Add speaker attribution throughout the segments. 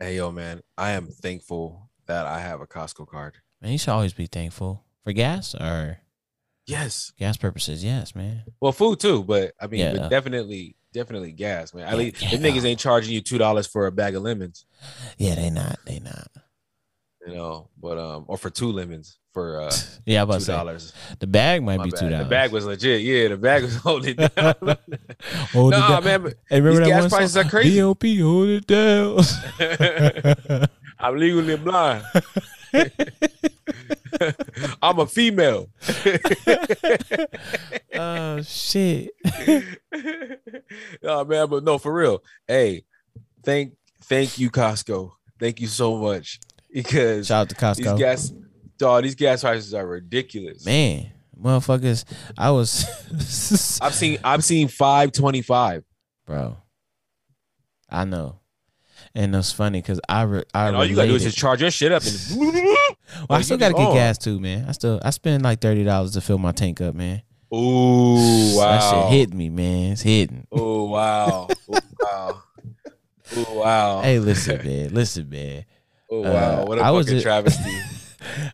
Speaker 1: Hey yo, man, I am thankful that I have a Costco card.
Speaker 2: Man, you should always be thankful for gas or
Speaker 1: Yes.
Speaker 2: gas purposes. Yes, man.
Speaker 1: Well, food too, but I mean,
Speaker 2: Yeah.
Speaker 1: but definitely, definitely gas, man. At
Speaker 2: Yeah,
Speaker 1: least the
Speaker 2: yeah.
Speaker 1: niggas ain't charging you two dollars for a bag of lemons,
Speaker 2: Yeah, they not. They not.
Speaker 1: you know, but um, or for two lemons for uh
Speaker 2: Yeah, I was
Speaker 1: two
Speaker 2: about to
Speaker 1: dollars.
Speaker 2: say the bag might
Speaker 1: My
Speaker 2: be
Speaker 1: bad.
Speaker 2: two dollars.
Speaker 1: The bag was legit. Yeah, the bag was holding it down.
Speaker 2: hold it
Speaker 1: nah,
Speaker 2: down.
Speaker 1: man, but
Speaker 2: Oh, Hey, remember
Speaker 1: these
Speaker 2: that
Speaker 1: gas
Speaker 2: one song?
Speaker 1: prices are crazy.
Speaker 2: DOP, hold it down.
Speaker 1: I'm legally blind. I'm a female.
Speaker 2: oh shit.
Speaker 1: oh man, but no, for real. Hey, thank thank you, Costco. Thank you so much because
Speaker 2: Shout out to
Speaker 1: these
Speaker 2: Costco.
Speaker 1: gas, dog, these gas prices are ridiculous.
Speaker 2: man, motherfuckers. I was
Speaker 1: I've seen I've seen five twenty five,
Speaker 2: bro. I know. And it's funny because I re- I
Speaker 1: and all you gotta do is
Speaker 2: related.
Speaker 1: just charge your shit up. And
Speaker 2: Well, I
Speaker 1: you
Speaker 2: still
Speaker 1: just
Speaker 2: gotta get
Speaker 1: on.
Speaker 2: gas too, man. I still I spend like thirty dollars to fill my tank up, man.
Speaker 1: ooh, wow,
Speaker 2: That shit hit me, man. It's hitting.
Speaker 1: Oh wow, oh wow, oh wow.
Speaker 2: Hey, listen, man. Listen, man.
Speaker 1: oh
Speaker 2: uh,
Speaker 1: wow, what a
Speaker 2: I was
Speaker 1: fucking
Speaker 2: ju-
Speaker 1: travesty.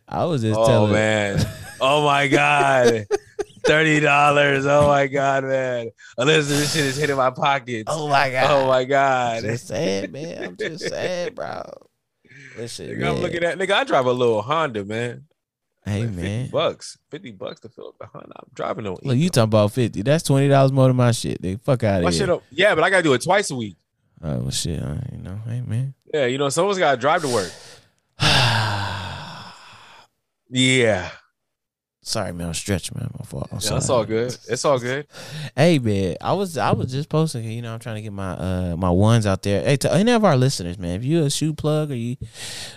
Speaker 2: I was just
Speaker 1: Oh
Speaker 2: telling.
Speaker 1: man. Oh my god. Thirty dollars. Oh my god, man. Alyssa, this shit is hitting my pockets. Oh,
Speaker 2: Oh my god.
Speaker 1: my god.
Speaker 2: I'm just saying, man. I'm just saying, bro. Listen,
Speaker 1: Nigga,
Speaker 2: man.
Speaker 1: I'm looking at nigga. I drive a little Honda, man.
Speaker 2: hey,
Speaker 1: Like, Fifty
Speaker 2: man.
Speaker 1: bucks. Fifty bucks to fill up the Honda. I'm driving on.
Speaker 2: Look, you talking about fifty? That's twenty dollars more than my shit. Nigga, fuck out
Speaker 1: my
Speaker 2: of
Speaker 1: shit
Speaker 2: here.
Speaker 1: up. Yeah, but I gotta do it twice a week.
Speaker 2: Oh well, shit. I, you know, hey, man.
Speaker 1: Yeah, you know, someone's gotta drive to work. Yeah.
Speaker 2: sorry, man. I'm stretching, man. My fault. I'm
Speaker 1: Yeah, that's
Speaker 2: sorry.
Speaker 1: all good. It's all good.
Speaker 2: Hey, man. I was I was just posting. You know, I'm trying to get my uh my ones out there. Hey, to any of our listeners, man. If you a shoe plug or you,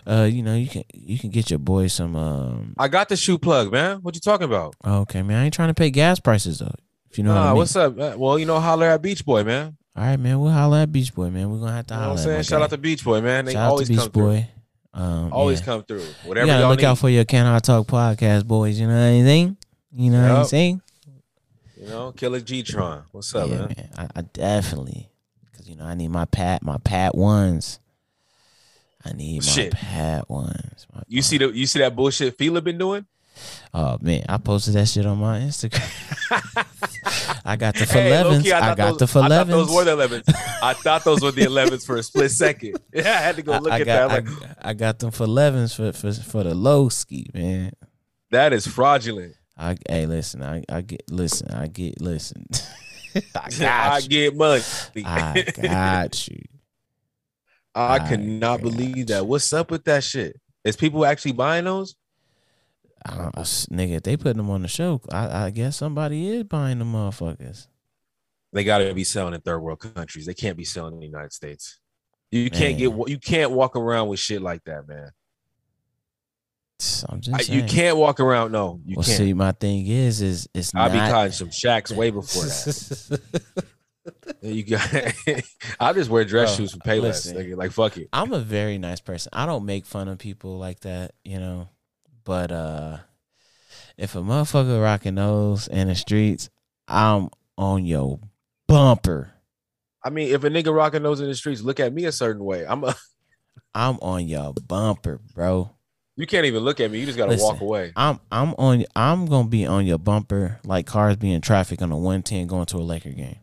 Speaker 2: uh, you know, you can you can get your boy some um.
Speaker 1: I got the shoe plug, man. What you talking about?
Speaker 2: Okay, man. I ain't trying to pay gas prices though. If you know what I
Speaker 1: Nah,
Speaker 2: mean.
Speaker 1: what's up? man? Well, you know, holler at Beach Boy, man.
Speaker 2: All right, man. We'll holler at Beach Boy, man. We're gonna have to
Speaker 1: You know
Speaker 2: holler.
Speaker 1: what I'm
Speaker 2: at my
Speaker 1: saying? Shout
Speaker 2: guy.
Speaker 1: out to Beach Boy, man. They
Speaker 2: Shout out
Speaker 1: always
Speaker 2: to
Speaker 1: come
Speaker 2: Beach
Speaker 1: through.
Speaker 2: Boy. Um,
Speaker 1: Always
Speaker 2: yeah.
Speaker 1: come through.
Speaker 2: You
Speaker 1: Whatever
Speaker 2: gotta
Speaker 1: y'all
Speaker 2: look
Speaker 1: need.
Speaker 2: out for your Can I Talk podcast boys. You know what I mean? You know what I'm
Speaker 1: Yup.
Speaker 2: saying?
Speaker 1: you know, Killer G Tron. What's up,
Speaker 2: yeah,
Speaker 1: man?
Speaker 2: man. I, I definitely, cause you know I need my pat, my pat ones. I need my
Speaker 1: Shit.
Speaker 2: pat ones. My-
Speaker 1: You see the you see that bullshit Fila been doing?
Speaker 2: oh man, I posted that shit on my Instagram. I got the for
Speaker 1: Hey,
Speaker 2: elevens.
Speaker 1: low-key,
Speaker 2: I,
Speaker 1: thought
Speaker 2: got
Speaker 1: those,
Speaker 2: the for
Speaker 1: I thought those were
Speaker 2: elevens.
Speaker 1: the 11s. I thought those were the 11s for a split second. Yeah, I had to go
Speaker 2: I,
Speaker 1: look
Speaker 2: I
Speaker 1: at
Speaker 2: got
Speaker 1: that. I'm like,
Speaker 2: I, I got them for elevens for, for for the low ski man.
Speaker 1: that is fraudulent.
Speaker 2: I hey listen, I, I get listen, I get listen. I
Speaker 1: I
Speaker 2: got you.
Speaker 1: get money.
Speaker 2: I got you.
Speaker 1: I
Speaker 2: I
Speaker 1: cannot
Speaker 2: got
Speaker 1: believe that. What's up with that shit? Is people actually buying those?
Speaker 2: I don't- I s- nigga, if they putting them on the show, I, I guess somebody is buying the motherfuckers.
Speaker 1: They got to be selling in third world countries. They can't be selling in the United States. You can't
Speaker 2: Man.
Speaker 1: get you can't walk around with shit like that, man.
Speaker 2: Tss, I'm
Speaker 1: I-
Speaker 2: just saying.
Speaker 1: you can't walk around. No, you
Speaker 2: well,
Speaker 1: can't.
Speaker 2: see, my thing is, is it's
Speaker 1: I'll
Speaker 2: not.
Speaker 1: be caught in some shacks way before that. you got. I just wear dress
Speaker 2: Bro,
Speaker 1: shoes for Payless.
Speaker 2: Oh, listen.
Speaker 1: Nigga. Like fuck it.
Speaker 2: I'm a very nice person. I don't make fun of people like that, you know. But uh if a motherfucker rocking those in the streets, I'm on your bumper.
Speaker 1: I mean, if a nigga rocking those in the streets, look at me a certain way. I'm. A,
Speaker 2: I'm on your bumper, bro.
Speaker 1: you can't even look at me. You just gotta walk
Speaker 2: Listen.
Speaker 1: away.
Speaker 2: I'm I'm on I'm gonna be on your bumper like cars being traffic on a 110 going to a Laker game.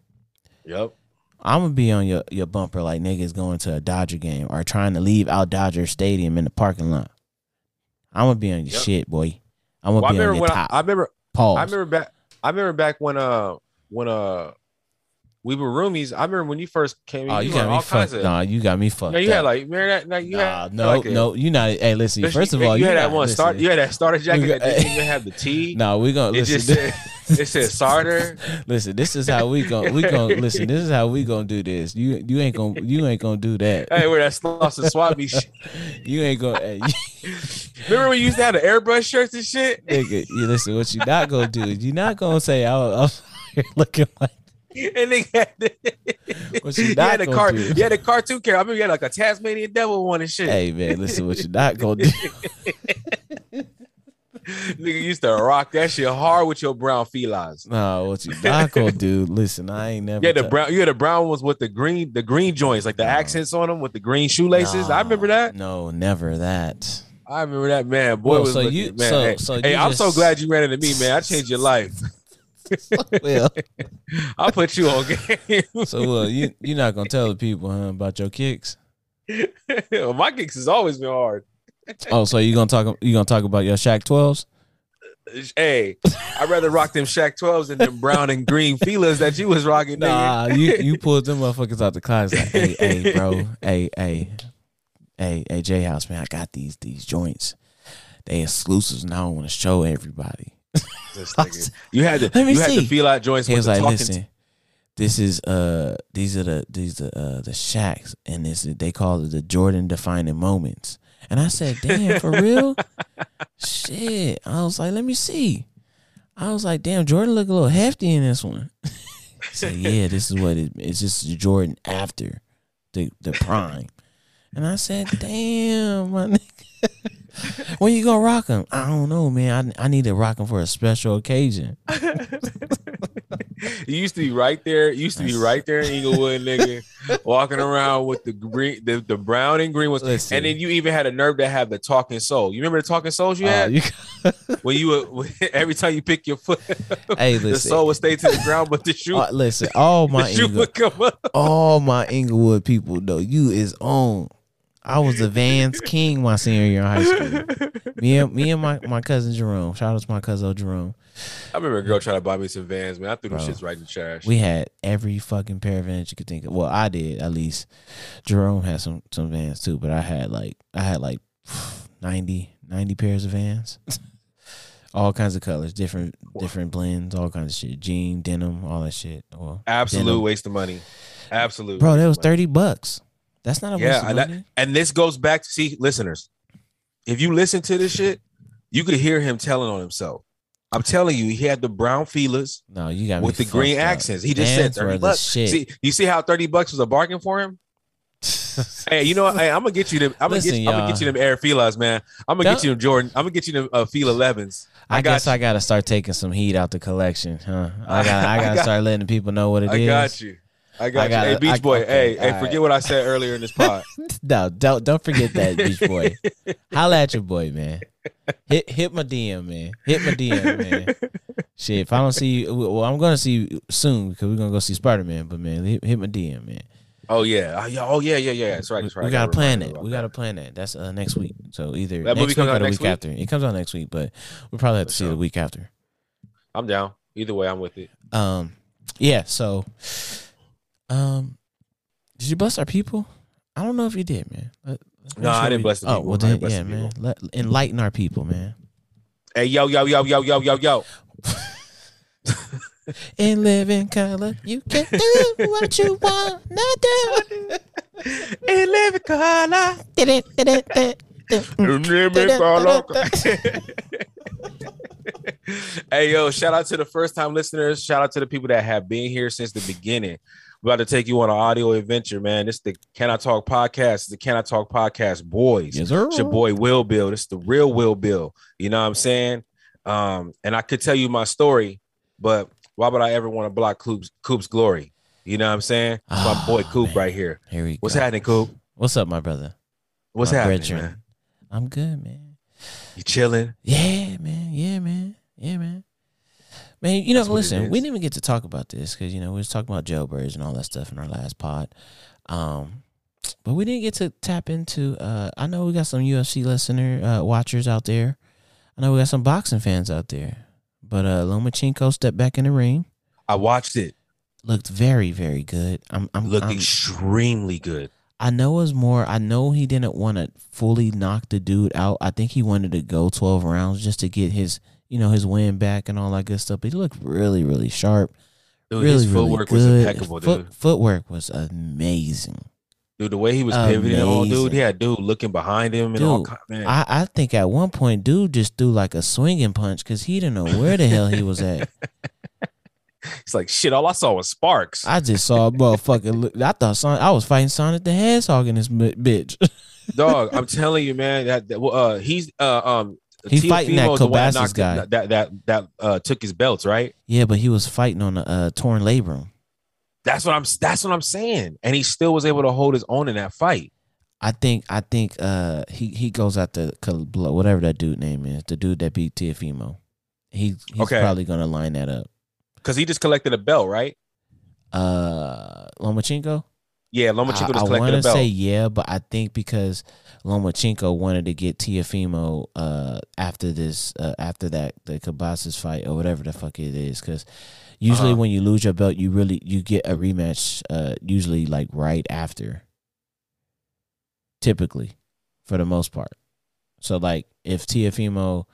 Speaker 1: Yep.
Speaker 2: I'm gonna be on your, your bumper like niggas going to a Dodger game or trying to leave out Dodger Stadium in the parking lot. I'm gonna be on your
Speaker 1: Yep.
Speaker 2: shit, boy. I'm gonna
Speaker 1: Well, I
Speaker 2: be on
Speaker 1: remember
Speaker 2: your
Speaker 1: when I,
Speaker 2: top.
Speaker 1: I remember.
Speaker 2: Pause.
Speaker 1: I remember back. I remember back when uh when uh we were roomies. I remember when you first came. in,
Speaker 2: oh, you
Speaker 1: were
Speaker 2: got
Speaker 1: all
Speaker 2: me
Speaker 1: kinds
Speaker 2: fucked.
Speaker 1: of.
Speaker 2: Nah, you got me fucked.
Speaker 1: no, you had
Speaker 2: up.
Speaker 1: like remember that. Like, you
Speaker 2: nah,
Speaker 1: had,
Speaker 2: no,
Speaker 1: like a-
Speaker 2: no, you not. Hey, listen. First of all,
Speaker 1: you
Speaker 2: you
Speaker 1: had that
Speaker 2: not
Speaker 1: one start.
Speaker 2: listening.
Speaker 1: You had that starter jacket
Speaker 2: got-
Speaker 1: that didn't even have the T.
Speaker 2: No, we gonna
Speaker 1: it
Speaker 2: listen.
Speaker 1: just said it said starter.
Speaker 2: Listen, this is how we gonna we gonna listen. This is how we gonna do this. You you ain't gonna you ain't gonna do that.
Speaker 1: Hey, where that sloss and swap me shit.
Speaker 2: You ain't gonna hey,
Speaker 1: Remember when you used to have the airbrush shirts and shit?
Speaker 2: nigga. You listen. What you not gonna do? is You not gonna say I was, I was looking like
Speaker 1: And they had the,
Speaker 2: what
Speaker 1: you
Speaker 2: you not
Speaker 1: had a
Speaker 2: gonna
Speaker 1: car,
Speaker 2: do.
Speaker 1: you had a cartoon character. I remember you had like a Tasmanian devil one and shit.
Speaker 2: Hey man, listen. What you not gonna do?
Speaker 1: Nigga used to rock that shit hard with your brown felines.
Speaker 2: No, what you Blanco, dude? Listen, I ain't never.
Speaker 1: Yeah, the
Speaker 2: touch-
Speaker 1: brown, yeah, the brown ones with the green, the green joints, like the
Speaker 2: No.
Speaker 1: accents on them with the green shoelaces. I remember
Speaker 2: No,
Speaker 1: that.
Speaker 2: No, never that.
Speaker 1: I remember that man. Boy,
Speaker 2: Well,
Speaker 1: was
Speaker 2: so
Speaker 1: looking-
Speaker 2: you-
Speaker 1: man.
Speaker 2: so-
Speaker 1: hey,
Speaker 2: so
Speaker 1: hey,
Speaker 2: you
Speaker 1: I'm so
Speaker 2: just-
Speaker 1: glad you ran into me, man. I changed your life.
Speaker 2: Well,
Speaker 1: I put you on game.
Speaker 2: so uh, well, you you're not gonna tell the people huh, about your kicks.
Speaker 1: My kicks has always been hard.
Speaker 2: Oh, so you gonna talk you gonna talk about your Shaq twelves?
Speaker 1: Hey, I'd rather rock them Shaq 12s than them brown and green feelers that you was rocking. nigga.
Speaker 2: Nah, you you pulled them motherfuckers out the closet. Like, hey, hey, bro, hey, hey, hey, hey, J House man, I got these these joints. They exclusives, and I don't want to show everybody.
Speaker 1: This nigga. You had to,
Speaker 2: Let me
Speaker 1: you had to
Speaker 2: see.
Speaker 1: feel out joints
Speaker 2: He
Speaker 1: with
Speaker 2: was
Speaker 1: the
Speaker 2: like,
Speaker 1: talking.
Speaker 2: listen, this is uh these are the these are uh, the shacks and this they call it the Jordan defining moments. And I said, damn, for real? Shit. I was like, let me see. I was like, damn, Jordan look a little hefty in this one. He said, yeah, this is what it, it's just Jordan after the the prime. And I said, damn, my nigga. when you gonna rock him? I don't know, man. I, I need to rock him for a special occasion.
Speaker 1: You used to be right there. You used to be
Speaker 2: Nice.
Speaker 1: right there in Inglewood, nigga, walking around with the green, the, the brown and green ones.
Speaker 2: Listen.
Speaker 1: And then you even had a nerve to have the talking soul. You remember the talking souls you
Speaker 2: Uh,
Speaker 1: had?
Speaker 2: you-
Speaker 1: when you would, every time you pick your foot,
Speaker 2: hey,
Speaker 1: the
Speaker 2: listen.
Speaker 1: soul would stay to the ground, but the shoe,
Speaker 2: Uh, listen, all
Speaker 1: the
Speaker 2: my
Speaker 1: shoe
Speaker 2: Ingle,
Speaker 1: would come up.
Speaker 2: all my Inglewood people though, you is on. I was the Vans King my senior year in high school. Me and me and my, my cousin Jerome. Shout out to my cousin Jerome.
Speaker 1: I remember a girl trying to buy me some Vans, man. I threw them
Speaker 2: Bro.
Speaker 1: shits right in the trash.
Speaker 2: We had every fucking pair of Vans you could think of. Well, I did at least. Jerome had some some Vans too, but I had like I had like 90, 90 pairs of Vans. all kinds of colors, different different blends, all kinds of shit. Jean, denim, all that shit. Well,
Speaker 1: Absolute
Speaker 2: denim.
Speaker 1: waste of money. Absolute.
Speaker 2: Bro,
Speaker 1: waste
Speaker 2: that
Speaker 1: of
Speaker 2: was
Speaker 1: money.
Speaker 2: thirty bucks. That's not a
Speaker 1: Yeah,
Speaker 2: waste of
Speaker 1: and, that-
Speaker 2: money.
Speaker 1: and this goes back to see listeners. If you listen to this shit, you could hear him telling on himself. I'm telling you, he had the brown feelers
Speaker 2: No, you got
Speaker 1: with the green accents. He just said thirty bucks. See, you see how thirty bucks was a bargain for him. Hey, you know, what? hey, I'm gonna get you them. I'm gonna,
Speaker 2: Listen,
Speaker 1: get, I'm gonna
Speaker 2: y'all.
Speaker 1: get you them Air Feelers, man. I'm gonna get
Speaker 2: Don't-
Speaker 1: you them Jordan. I'm gonna get you them uh, Feel 11s.
Speaker 2: I,
Speaker 1: I got
Speaker 2: guess
Speaker 1: you.
Speaker 2: I gotta start taking some heat out the collection, huh? I gotta,
Speaker 1: I
Speaker 2: I gotta
Speaker 1: got-
Speaker 2: start letting people know what it is.
Speaker 1: I got you. I got
Speaker 2: I
Speaker 1: you. Hey,
Speaker 2: gotta-
Speaker 1: Beach
Speaker 2: I-
Speaker 1: Boy.
Speaker 2: okay,
Speaker 1: hey, hey,
Speaker 2: all
Speaker 1: forget
Speaker 2: right.
Speaker 1: what I said earlier in this pod.
Speaker 2: No, don't don't forget that, Beach Boy. Holla at your boy, man. Hit hit my DM, man. Hit my DM, man. Shit, if I don't see you, well, I'm gonna see you soon because we're gonna go see Spider Man. But man, hit, hit my DM, man.
Speaker 1: oh yeah. Oh yeah. Oh yeah. Yeah. Yeah. That's right.
Speaker 2: We-
Speaker 1: That's right.
Speaker 2: We gotta plan
Speaker 1: it.
Speaker 2: it. We gotta plan that. That's uh, next week. So either
Speaker 1: That movie
Speaker 2: next week
Speaker 1: comes out
Speaker 2: or the
Speaker 1: next
Speaker 2: week,
Speaker 1: week?
Speaker 2: after. It comes out next week, but we probably have to
Speaker 1: For
Speaker 2: see it
Speaker 1: sure.
Speaker 2: the week after.
Speaker 1: I'm down. Either way, I'm with it.
Speaker 2: Um, yeah. So, um, did you bust our people? I don't know if you did, man. Let- let me
Speaker 1: No, I
Speaker 2: sure
Speaker 1: didn't
Speaker 2: we-
Speaker 1: bless the
Speaker 2: Oh
Speaker 1: people.
Speaker 2: well,
Speaker 1: I didn't
Speaker 2: then
Speaker 1: bless
Speaker 2: yeah,
Speaker 1: the
Speaker 2: man. Let, enlighten our people, man.
Speaker 1: Hey, yo, yo, yo, yo, yo, yo, yo.
Speaker 2: In living color, you can do what you want to do.
Speaker 1: In living color. In living color. hey, yo, shout out to the first time listeners. Shout out to the people that have been here since the beginning. We're about to take you on an audio adventure, man. This is the Can I Talk podcast. It's the Can I Talk podcast, boys.
Speaker 2: Yes, sir.
Speaker 1: It's your boy Will Bill. It's the real Will Bill. You know what I'm saying? Um, and I could tell you my story, but why would I ever want to block Coop's, Coop's glory? You know what I'm saying? It's my
Speaker 2: Ah,
Speaker 1: boy Coop
Speaker 2: man.
Speaker 1: right here.
Speaker 2: Here we
Speaker 1: What's
Speaker 2: go.
Speaker 1: happening, Coop?
Speaker 2: What's up, my brother?
Speaker 1: What's
Speaker 2: my
Speaker 1: happening,
Speaker 2: brethren?
Speaker 1: man?
Speaker 2: I'm good, man.
Speaker 1: You chilling?
Speaker 2: Yeah, man. Yeah, man. Yeah, man. Man, you know,
Speaker 1: That's what it
Speaker 2: listen, we
Speaker 1: is.
Speaker 2: didn't even get to talk about this because you know we was talking about jailbirds and all that stuff in our last pod, um, but we didn't get to tap into. Uh, I know we got some UFC listener uh, watchers out there. I know we got some boxing fans out there, but uh, Lomachenko stepped back in the ring,
Speaker 1: I watched it.
Speaker 2: looked very, very good. I'm, I'm
Speaker 1: Looked
Speaker 2: I'm-
Speaker 1: extremely good.
Speaker 2: I know it was more. I know he didn't want to fully knock the dude out. I think he wanted to go twelve rounds just to get his, you know, his win back and all that good stuff. But he looked really, really sharp.
Speaker 1: Dude,
Speaker 2: really,
Speaker 1: his footwork
Speaker 2: really
Speaker 1: was
Speaker 2: good.
Speaker 1: impeccable,
Speaker 2: Foot-
Speaker 1: dude.
Speaker 2: Footwork was amazing.
Speaker 1: Dude, the way he was pivoting, all dude,
Speaker 2: Amazing.
Speaker 1: yeah, dude, looking behind him and all.
Speaker 2: Dude,
Speaker 1: ki- Man,
Speaker 2: I, I think at one point, dude just threw like a swinging punch because he didn't know where the hell he was at.
Speaker 1: it's like shit. All I saw was sparks.
Speaker 2: I just saw a motherfucker. Look, I thought Son, I was fighting Sonic the Hedgehog in this mi- bitch.
Speaker 1: dog i'm telling you man that, that well, uh he's uh um
Speaker 2: He
Speaker 1: Teofimo
Speaker 2: fighting that
Speaker 1: is the one
Speaker 2: Calabasas
Speaker 1: knocked-
Speaker 2: guy.
Speaker 1: that that that uh, took his belts, right?
Speaker 2: Yeah, but he was fighting on a uh, torn labrum.
Speaker 1: That's what I'm. That's what I'm saying. And he still was able to hold his own in that fight.
Speaker 2: I think I think uh he he goes after Cal- Blo- whatever that dude name is, the dude that beat Tiafimo. He he's
Speaker 1: Okay.
Speaker 2: probably gonna line that up.
Speaker 1: Cause he just collected a belt, right?
Speaker 2: Uh Lomachenko.
Speaker 1: Yeah, Lomachenko
Speaker 2: I,
Speaker 1: just collected a
Speaker 2: to
Speaker 1: belt.
Speaker 2: say yeah, but I think because Lomachenko wanted to get Tiafimo uh after this uh, after that the Cabasas fight or whatever the fuck it is, because usually
Speaker 1: Uh-huh.
Speaker 2: when you lose your belt, you really you get a rematch. Uh, usually like right after. Typically, for the most part. So like if Tiafimo,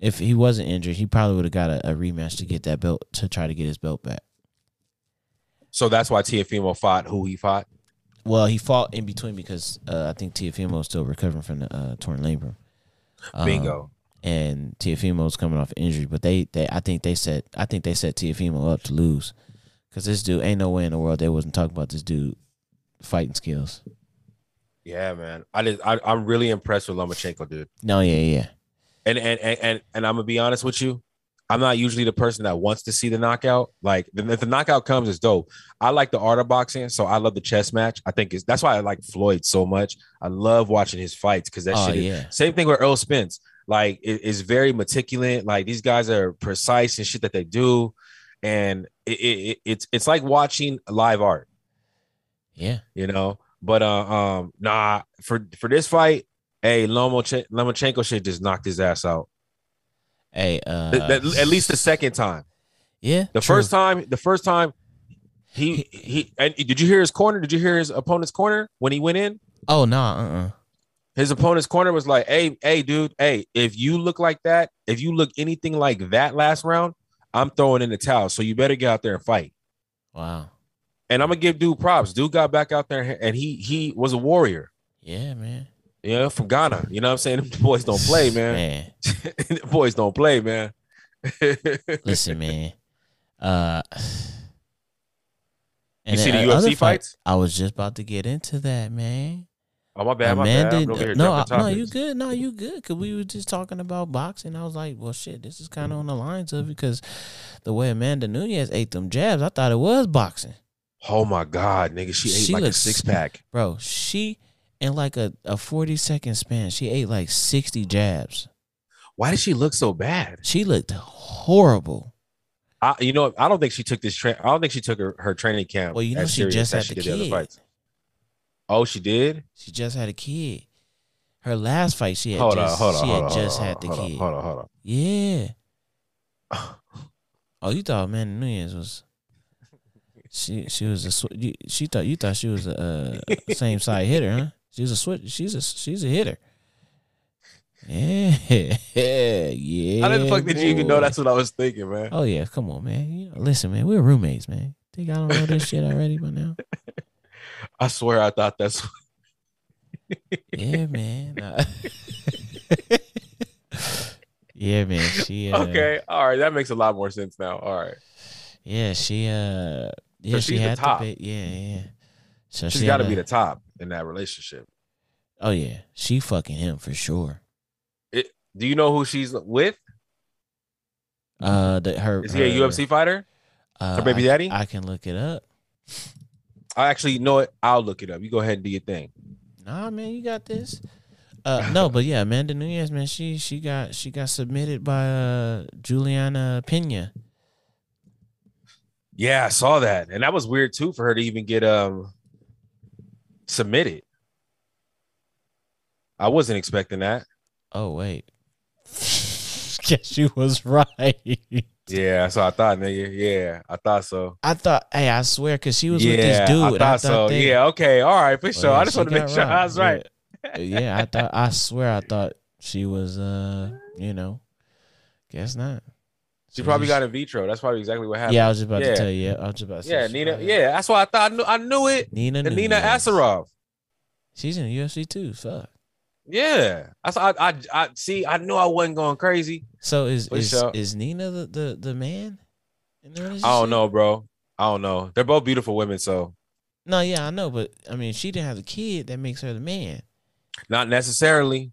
Speaker 2: if he wasn't injured, he probably would have got a, a rematch to get that belt to try to get his belt back.
Speaker 1: so that's why Tiafimo fought who he fought.
Speaker 2: Well, he fought in between because uh, I think Tiafimo is still recovering from the uh, torn labrum. Um,
Speaker 1: Bingo.
Speaker 2: And Tiafimo's coming off injury, but they, they I think they set I think they set Tiafimo up to lose because this dude ain't no way in the world they wasn't talking about this dude fighting skills.
Speaker 1: Yeah, man. I just I, I'm really impressed with Lomachenko, dude.
Speaker 2: No, yeah, yeah,
Speaker 1: And and and and, and I'm gonna be honest with you. I'm not usually the person that wants to see the knockout. Like the- if the knockout comes, it's dope. I like the art of boxing, so I love the chess match. I think it's that's why I like Floyd so much. I love watching his fights because that
Speaker 2: oh
Speaker 1: shit is
Speaker 2: yeah.
Speaker 1: Same thing with Earl Spence. Like it- it's very meticulous. Like these guys are precise and shit that they do, and it, it, it- it's it's like watching live art,
Speaker 2: Yeah,
Speaker 1: you know. But uh, um, nah, for for this fight, hey, Lomoche- Lomachenko should just knocked his ass out.
Speaker 2: hey, uh,
Speaker 1: Th- th- at least the second time.
Speaker 2: yeah,
Speaker 1: The
Speaker 2: true.
Speaker 1: first time, the first time. He
Speaker 2: He-
Speaker 1: he and did you hear his corner? Did you hear his opponent's corner when he went in?
Speaker 2: Oh no, uh, uh
Speaker 1: his opponent's corner was like, "Hey, hey, dude, hey, if you look like that, if you look anything like that last round, I'm throwing in the towel. So you better get out there and fight."
Speaker 2: wow,
Speaker 1: And I'm gonna give dude props. Dude got back out there and he he was a warrior.
Speaker 2: yeah, man.
Speaker 1: You know, from Ghana. You know what I'm saying? Them boys don't play, man.
Speaker 2: Man,
Speaker 1: Them boys don't play, man.
Speaker 2: listen, man. Uh, and
Speaker 1: see
Speaker 2: then
Speaker 1: the
Speaker 2: other
Speaker 1: UFC fights?
Speaker 2: I was just about to get into that, man.
Speaker 1: oh my bad, my bad. I'm over here
Speaker 2: no, I,
Speaker 1: jumping
Speaker 2: no, you
Speaker 1: topics.
Speaker 2: good. No, you good. Cause we were just talking about boxing. I was like, well, shit, this is kind of on the lines of it. Cause the way Amanda Nunez ate them jabs, I thought it was boxing,
Speaker 1: Oh my god, nigga, she ate
Speaker 2: She
Speaker 1: like a
Speaker 2: looks-
Speaker 1: six pack.
Speaker 2: bro. She in like a a forty second span, she ate like sixty jabs.
Speaker 1: Why did she look so bad?
Speaker 2: She looked horrible.
Speaker 1: I, you know, I don't think she took this train. I don't think she took her, her training camp.
Speaker 2: Well, you know,
Speaker 1: as
Speaker 2: she
Speaker 1: serious
Speaker 2: just
Speaker 1: as
Speaker 2: had
Speaker 1: she
Speaker 2: the
Speaker 1: did other
Speaker 2: kid.
Speaker 1: fights. Oh, she did.
Speaker 2: She just had a kid. Her last fight, she had
Speaker 1: hold
Speaker 2: just,
Speaker 1: on, hold on,
Speaker 2: she
Speaker 1: hold
Speaker 2: had
Speaker 1: on,
Speaker 2: just
Speaker 1: hold on,
Speaker 2: had the
Speaker 1: hold on,
Speaker 2: kid.
Speaker 1: Hold on, hold
Speaker 2: Yeah.
Speaker 1: on.
Speaker 2: Oh, you thought Amanda Nunez was she? She was a sw- you, she thought you thought she was a uh, same side hitter, huh? She's a switch. She's a she's a hitter. Yeah, yeah.
Speaker 1: How the fuck did you even know
Speaker 2: boy.
Speaker 1: that's what I was thinking, man?
Speaker 2: Oh yeah, come on, man. You know, listen, man, we're roommates, man. Think I don't know this shit already by now?
Speaker 1: I swear I thought that's.
Speaker 2: Yeah, man. Uh, yeah, man. She uh,
Speaker 1: Okay, all right, that makes a lot more sense now. All right,
Speaker 2: Yeah, she uh yeah, she
Speaker 1: she's the
Speaker 2: had
Speaker 1: top.
Speaker 2: the ba- yeah, yeah. So
Speaker 1: she's
Speaker 2: she
Speaker 1: got to
Speaker 2: had
Speaker 1: be
Speaker 2: a-
Speaker 1: the top in that relationship.
Speaker 2: Oh yeah, she fucking him for sure.
Speaker 1: Do you know who she's with?
Speaker 2: Uh, the, her
Speaker 1: Is he a
Speaker 2: her-
Speaker 1: UFC fighter?
Speaker 2: uh,
Speaker 1: Her baby
Speaker 2: I-
Speaker 1: daddy? I,
Speaker 2: I, can look it up.
Speaker 1: actually know it. I'll look it up. You go ahead and do your thing.
Speaker 2: Nah, man, you got this. Uh, no, but yeah, Amanda Nunez, man, she she got she got submitted by uh Juliana Pena.
Speaker 1: Yeah, I saw that, and that was weird too for her to even get um submitted. I wasn't expecting that.
Speaker 2: Oh wait, guess she was right.
Speaker 1: Yeah, so I thought, nigga. Yeah, I thought so.
Speaker 2: I thought, hey, I swear, cause she was with this dude.
Speaker 1: I
Speaker 2: and
Speaker 1: thought,
Speaker 2: I
Speaker 1: so.
Speaker 2: they-
Speaker 1: yeah, okay, all right, for
Speaker 2: Well,
Speaker 1: sure.
Speaker 2: yeah,
Speaker 1: I just
Speaker 2: she
Speaker 1: want to make
Speaker 2: got
Speaker 1: sure I was right.
Speaker 2: Yeah. uh, yeah, I thought I swear I thought she was uh, you know, guess not.
Speaker 1: She probably got in vitro. That's probably exactly what happened.
Speaker 2: Yeah, I was just about
Speaker 1: Yeah.
Speaker 2: to tell you. Yeah, I was just about to say
Speaker 1: yeah,
Speaker 2: she
Speaker 1: Nina.
Speaker 2: probably got-
Speaker 1: Yeah, that's why I thought I knew, I knew it.
Speaker 2: Nina
Speaker 1: And Nina
Speaker 2: Nunes.
Speaker 1: Asarov.
Speaker 2: She's in the UFC too. Fuck.
Speaker 1: Yeah, I, saw- I, I, I see. I knew I wasn't going crazy.
Speaker 2: So is
Speaker 1: For
Speaker 2: is,
Speaker 1: sure. Oh,
Speaker 2: is Nina the, the the man? In the
Speaker 1: I don't
Speaker 2: relationship?
Speaker 1: know, bro. I don't know. They're both beautiful women, so
Speaker 2: No, yeah, I know, but I mean, she didn't have the kid that makes her the man.
Speaker 1: not necessarily.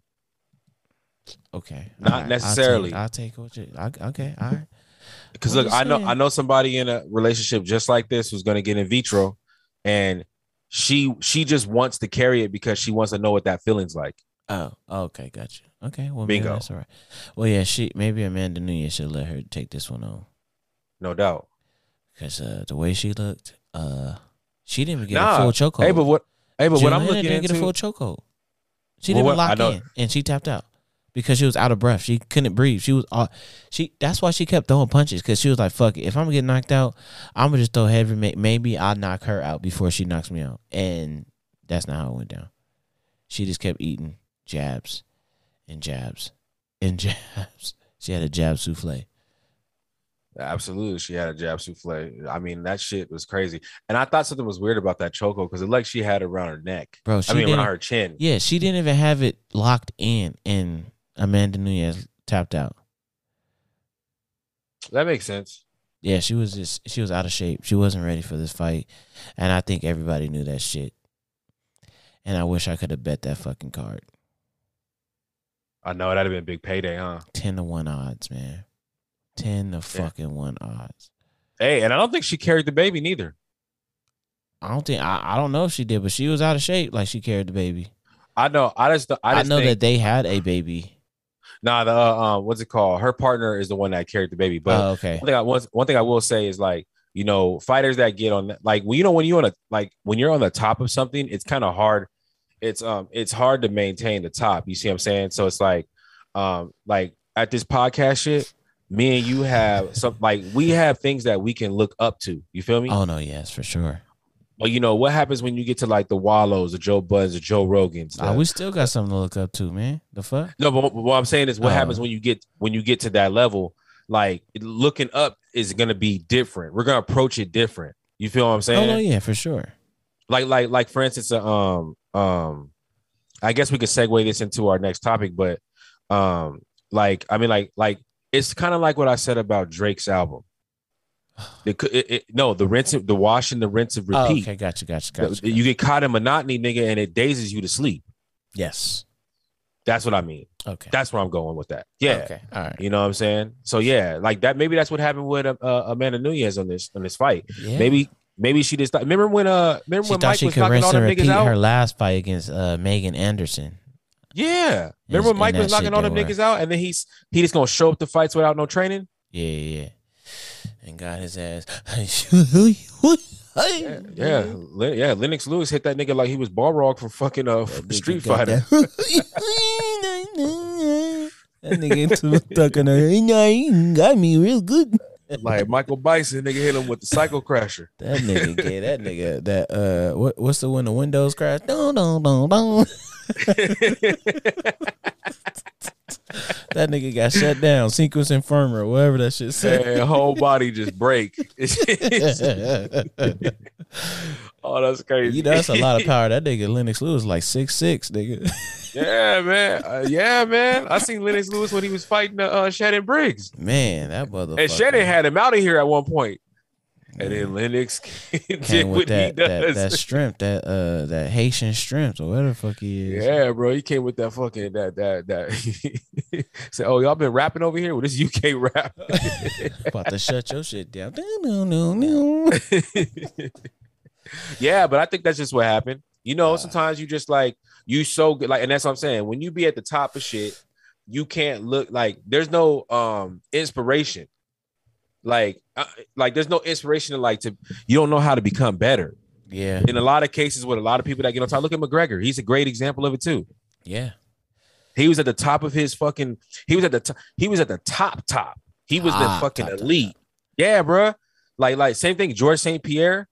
Speaker 2: Okay.
Speaker 1: Not
Speaker 2: all I'll take-
Speaker 1: necessarily.
Speaker 2: I'll take, what you. I, okay. All right.
Speaker 1: Because
Speaker 2: I'm
Speaker 1: look,
Speaker 2: just
Speaker 1: I know
Speaker 2: saying.
Speaker 1: I know somebody in a relationship just like this who's gonna get in vitro, and she she just wants to carry it because she wants to know what that feeling's like.
Speaker 2: Oh. Okay. Gotcha. Okay. Well, maybe
Speaker 1: Bingo.
Speaker 2: that's all right. Well, yeah. She maybe Amanda Nunez should let her take this one on
Speaker 1: No doubt.
Speaker 2: because uh, the way she looked, uh, she didn't even get
Speaker 1: Nah.
Speaker 2: a full chokehold.
Speaker 1: Hey, but what? Hey, but what I'm
Speaker 2: Jillian
Speaker 1: looking
Speaker 2: didn't get a
Speaker 1: into.
Speaker 2: full chokehold. She
Speaker 1: Well,
Speaker 2: didn't
Speaker 1: what- I
Speaker 2: lock
Speaker 1: know-
Speaker 2: in, and she tapped out because she was out of breath. She couldn't breathe. She was all she. That's why she kept throwing punches because she was like, "Fuck it, if I'm gonna get knocked out, I'm gonna just throw heavy. ma- Maybe I'll knock her out before she knocks me out." And that's not how it went down. She just kept eating jabs and jabs and jabs. She had a jab souffle.
Speaker 1: Absolutely, she had a jab souffle. I mean, that shit was crazy. And I thought something was weird about that choco because it like she had it around her neck.
Speaker 2: Bro, she
Speaker 1: I mean,
Speaker 2: didn't,
Speaker 1: around her chin.
Speaker 2: yeah, she didn't even have it locked in, and Amanda Nunez tapped out.
Speaker 1: That makes sense.
Speaker 2: Yeah, she was just she was out of shape. She wasn't ready for this fight, and I think everybody knew that shit. And I wish I could have bet that fucking card.
Speaker 1: I know that'd have been a big payday, huh?
Speaker 2: Ten to one odds, man. Ten to fucking one odds.
Speaker 1: Hey, and I don't think she carried the baby neither.
Speaker 2: I don't think I, I don't know if she did, but she was out of shape. Like she carried the baby.
Speaker 1: I know. I just, I
Speaker 2: I,
Speaker 1: just
Speaker 2: know
Speaker 1: think,
Speaker 2: that they had a baby.
Speaker 1: Nah, the uh, um, what's it called? Her partner is the one that carried the baby. But
Speaker 2: oh, okay.
Speaker 1: one thing I one, one thing I will say is like you know fighters that get on like when you know when you on a like when you're on the top of something, it's kind of hard. It's um it's hard to maintain the top. You see what I'm saying? So it's like um like at this podcast shit, me and you have some like we have things that we can look up to. You feel me?
Speaker 2: Oh no, yes, for sure.
Speaker 1: But you know what happens when you get to like the Wallows, the Joe Buds, the Joe Rogans. the-
Speaker 2: Ah, we still got something to look up to, man. The fuck?
Speaker 1: no, but, but what I'm saying is, what
Speaker 2: Oh.
Speaker 1: happens when you get when you get to that level? Like looking up is gonna be different. We're gonna approach it different. You feel what I'm
Speaker 2: Oh
Speaker 1: saying?
Speaker 2: no, yeah, for sure.
Speaker 1: Like, like, like, for instance, uh, um, um, I guess we could segue this into our next topic, but, um, like, I mean, like, like, it's kind of like what I said about Drake's album. It, could- it, it, no, the rinse, and- the wash, and the rinse and
Speaker 2: Oh,
Speaker 1: repeat.
Speaker 2: okay, gotcha, gotcha, gotcha. gotcha.
Speaker 1: You get caught in monotony, nigga, and it dazes you to sleep.
Speaker 2: yes.
Speaker 1: That's what I mean.
Speaker 2: Okay.
Speaker 1: That's where I'm going with that. Yeah.
Speaker 2: Okay. All right.
Speaker 1: You know what I'm saying? So yeah, like that. Maybe that's what happened with uh, uh, Amanda Nunez on this on this fight.
Speaker 2: Yeah.
Speaker 1: Maybe maybe she just thought. Remember when uh remember
Speaker 2: She
Speaker 1: when
Speaker 2: thought
Speaker 1: Mike
Speaker 2: she
Speaker 1: was
Speaker 2: could
Speaker 1: knocking
Speaker 2: rinse
Speaker 1: all
Speaker 2: and
Speaker 1: them niggas
Speaker 2: repeat
Speaker 1: out?
Speaker 2: her last fight against uh, Megan Anderson.
Speaker 1: Yeah. Remember when
Speaker 2: and
Speaker 1: Mike
Speaker 2: that
Speaker 1: was knocking
Speaker 2: shit
Speaker 1: all them
Speaker 2: didn't
Speaker 1: niggas out, and then he's he just gonna show up to fights without no training?
Speaker 2: Yeah, yeah, yeah. And got his ass.
Speaker 1: Yeah, yeah. Lin- yeah. Lennox Lewis hit that nigga like he was Balrog from fucking uh from Street
Speaker 2: Got
Speaker 1: Fighter.
Speaker 2: That That nigga too stuck in her. He know he got me real good.
Speaker 1: like Michael Bison, nigga hit him with the Psycho Crasher.
Speaker 2: That nigga gave that nigga that uh what what's the when the windows crash? Dun, dun, dun, dun. That nigga got shut down. Sequence Infirmer, whatever that shit said.
Speaker 1: and whole body just break. oh, that's crazy.
Speaker 2: You know, that's a lot of power. That nigga Lennox Lewis like six six, nigga.
Speaker 1: Yeah, man. Uh, yeah, man. I seen Lennox Lewis when he was fighting uh, uh, Shannon Briggs,
Speaker 2: Man, that motherfucker.
Speaker 1: and Shannon had him out of here at one point. And then Lennox did
Speaker 2: came
Speaker 1: what
Speaker 2: with
Speaker 1: he
Speaker 2: that, that
Speaker 1: does.
Speaker 2: that shrimp, that uh that Haitian shrimp or whatever the fuck he is.
Speaker 1: yeah, bro, he came with that fucking that that that. Say, oh, y'all been rapping over here with this UK rap.
Speaker 2: About to shut your shit down. No, no, no.
Speaker 1: yeah, but I think that's just what happened. You know,
Speaker 2: Uh.
Speaker 1: sometimes you just like you so good, like, and that's what I'm saying. When you be at the top of shit, you can't look like there's no um inspiration. Like, uh, like there's no inspiration to like to you don't know how to become better.
Speaker 2: Yeah,
Speaker 1: In a lot of cases, with a lot of people that get on top, look at McGregor. He's a great example of it too.
Speaker 2: yeah.
Speaker 1: He was at the top of his fucking. He was at the top. He was at the top top. He was
Speaker 2: Ah,
Speaker 1: the fucking
Speaker 2: top, top,
Speaker 1: elite. Yeah, bruh. Like like same thing. George St. Pierre.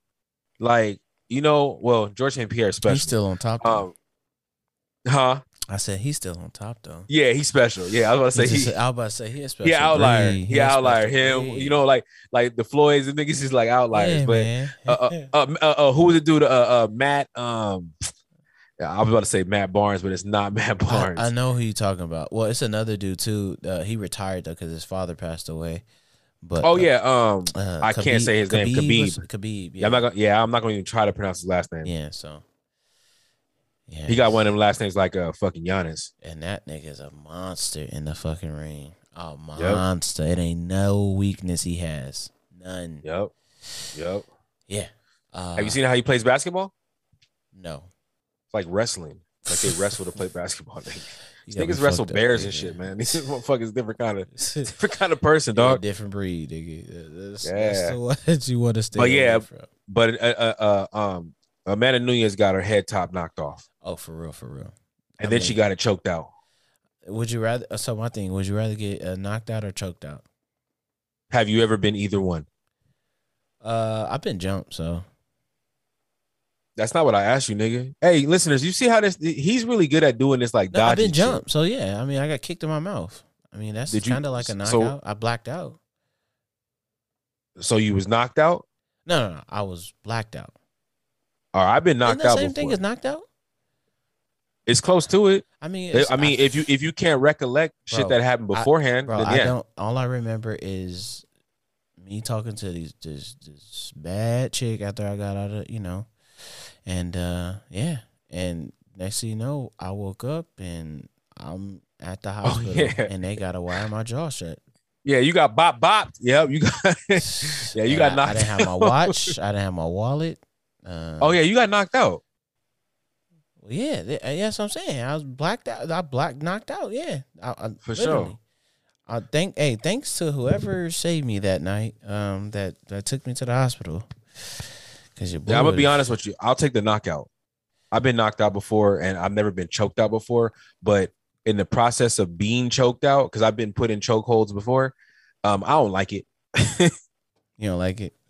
Speaker 1: Like you know, well George St. Pierre is special.
Speaker 2: He's still on top. Though.
Speaker 1: um, huh?
Speaker 2: I said he's still on top though.
Speaker 1: Yeah, he's special. Yeah, I was about to
Speaker 2: He's
Speaker 1: say he.
Speaker 2: just- I was about to say he a special.
Speaker 1: He an outlier.
Speaker 2: breed.
Speaker 1: He,
Speaker 2: a
Speaker 1: an outlier.
Speaker 2: special
Speaker 1: Him,
Speaker 2: breed.
Speaker 1: you know, like like the Floyds and niggas is like outliers.
Speaker 2: Yeah,
Speaker 1: but
Speaker 2: man.
Speaker 1: uh, uh, uh, uh, uh, who was the dude? Uh, uh, Matt. Um, I was about to say Matt Barnes, but it's not Matt
Speaker 2: I,
Speaker 1: Barnes.
Speaker 2: I know who you're talking about. Well, it's another dude too. Uh, he retired though because his father passed away. But
Speaker 1: oh
Speaker 2: uh,
Speaker 1: yeah. Um,
Speaker 2: uh,
Speaker 1: I can't say his name.
Speaker 2: Khabib.
Speaker 1: Khabib.
Speaker 2: was- Khabib.
Speaker 1: yeah. I'm not gonna. Yeah, I'm not gonna even try to pronounce his last name.
Speaker 2: Yeah, so Yeah.
Speaker 1: He got one of them last names like uh fucking Giannis.
Speaker 2: And that nigga's a monster in the fucking ring. A monster. It ain't no weakness he has. None.
Speaker 1: Yep. Yep.
Speaker 2: Yeah. Uh,
Speaker 1: Have you seen how he plays basketball?
Speaker 2: No.
Speaker 1: It's like wrestling. Like they wrestle to play basketball. These
Speaker 2: You got me
Speaker 1: niggas wrestle
Speaker 2: fucked up,
Speaker 1: bears and
Speaker 2: nigga.
Speaker 1: shit, man. These motherfuckers different kind of
Speaker 2: You
Speaker 1: different kind of person,
Speaker 2: a
Speaker 1: dog.
Speaker 2: different breed, nigga. Uh, That's,
Speaker 1: Yeah.
Speaker 2: that's the one that you want to stay
Speaker 1: But
Speaker 2: away
Speaker 1: yeah.
Speaker 2: from.
Speaker 1: But uh, uh, uh, um, Amanda Nunez got her head top knocked off,
Speaker 2: Oh, for real, for real.
Speaker 1: and
Speaker 2: I
Speaker 1: then
Speaker 2: mean-
Speaker 1: she got it choked out.
Speaker 2: Would you rather? So my thing, would you rather get uh, knocked out or choked out?
Speaker 1: Have you ever been either one?
Speaker 2: Uh, I've been jumped, so
Speaker 1: That's not what I asked you, nigga. Hey, listeners, you see how this? He's really good at doing this, like
Speaker 2: no, I've
Speaker 1: dodging.
Speaker 2: been jumped, so yeah. I mean, I got kicked in my mouth. I mean, that's
Speaker 1: Did you-
Speaker 2: kind of like a knockout.
Speaker 1: so-
Speaker 2: I blacked out.
Speaker 1: shit. So you was knocked out,
Speaker 2: No, no, no, I was blacked out.
Speaker 1: or I've been
Speaker 2: Isn't
Speaker 1: knocked
Speaker 2: that
Speaker 1: out
Speaker 2: same
Speaker 1: before.
Speaker 2: thing as knocked out?
Speaker 1: it's close to it.
Speaker 2: I mean,
Speaker 1: I mean, if you if you can't recollect shit
Speaker 2: Bro,
Speaker 1: that happened
Speaker 2: I-
Speaker 1: beforehand,
Speaker 2: bro,
Speaker 1: then
Speaker 2: I
Speaker 1: yeah,
Speaker 2: don't. All I remember is me talking to these this this bad chick after I got out of you know, and uh yeah, and next thing you know, I woke up and I'm at the hospital,
Speaker 1: Oh, yeah.
Speaker 2: and they got to wire my jaw shut.
Speaker 1: yeah, you got bop bopped. Yep, you got. yeah, you
Speaker 2: And
Speaker 1: got
Speaker 2: I,
Speaker 1: knocked.
Speaker 2: I didn't have my watch. I didn't have my wallet. Uh,
Speaker 1: Oh yeah, you got knocked out.
Speaker 2: yeah. th- uh, yeah, that's what I'm saying. I was blacked out. I blacked knocked out. Yeah, I, I,
Speaker 1: For
Speaker 2: literally.
Speaker 1: sure.
Speaker 2: I thank hey, thanks to whoever saved me that night. Um, that that took me to the hospital. Cause your boy
Speaker 1: Yeah, I'm gonna be
Speaker 2: would've-
Speaker 1: honest with you. I'll take the knockout. I've been knocked out before, and I've never been choked out before. But in the process of being choked out, because I've been put in chokeholds before, um, I don't like it.
Speaker 2: You don't like it.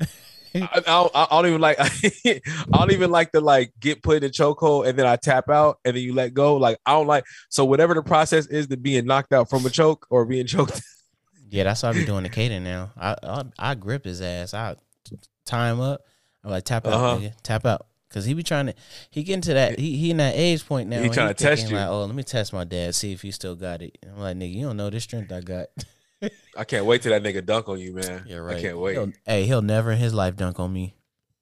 Speaker 1: I, I, don't, I don't even like. I don't even like to like get put in a chokehold and then I tap out and then you let go. Like I don't like. So whatever the process is to being knocked out from a choke or being choked,
Speaker 2: Yeah, that's what I be doing to Kaden now. I, I I grip his ass. I tie him up. I'm like tap out,
Speaker 1: Uh-huh.
Speaker 2: nigga, tap out. Cause he be trying to, he getting to that, he he in that age point now.
Speaker 1: He
Speaker 2: where
Speaker 1: tryna test
Speaker 2: thinking
Speaker 1: you.
Speaker 2: Like, oh, let me test my dad, see if he still got it. I'm like, nigga, you don't know this strength I got.
Speaker 1: I can't wait till that nigga dunk on you, man.
Speaker 2: You're right.
Speaker 1: I can't wait.
Speaker 2: He'll- hey, he'll never in his life dunk on me.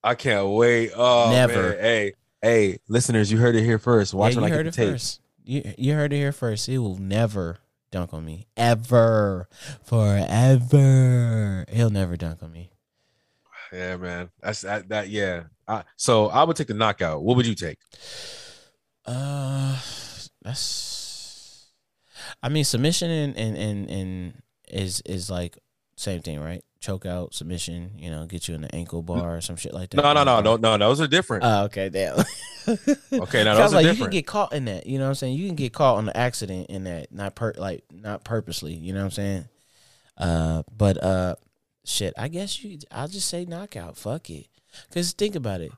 Speaker 1: I can't wait. Oh
Speaker 2: Never.
Speaker 1: man. Hey, hey, listeners, you heard it here first. Watch
Speaker 2: yeah,
Speaker 1: when
Speaker 2: you
Speaker 1: I
Speaker 2: heard
Speaker 1: get
Speaker 2: it
Speaker 1: the tape.
Speaker 2: first. You you heard it here first. He will never dunk on me ever, forever. He'll never dunk on me.
Speaker 1: Yeah, man. That's that. that yeah. I, so I would take the knockout. What would you take?
Speaker 2: Uh, that's. I mean, submission and and and, and is is like same thing, right? Choke out, submission. You know, get you in the ankle bar or some shit like that.
Speaker 1: No, no, no, no, no. Those are different.
Speaker 2: Oh, okay, damn.
Speaker 1: Okay, now
Speaker 2: So I
Speaker 1: those
Speaker 2: was
Speaker 1: are
Speaker 2: like, you can
Speaker 1: different.
Speaker 2: get caught in that. You know what I'm saying? You can get caught on an accident in that, not per like not purposely. You know what I'm saying? Uh, but uh, shit. I guess you. I'll just say knockout. Fuck it. Cause think about it.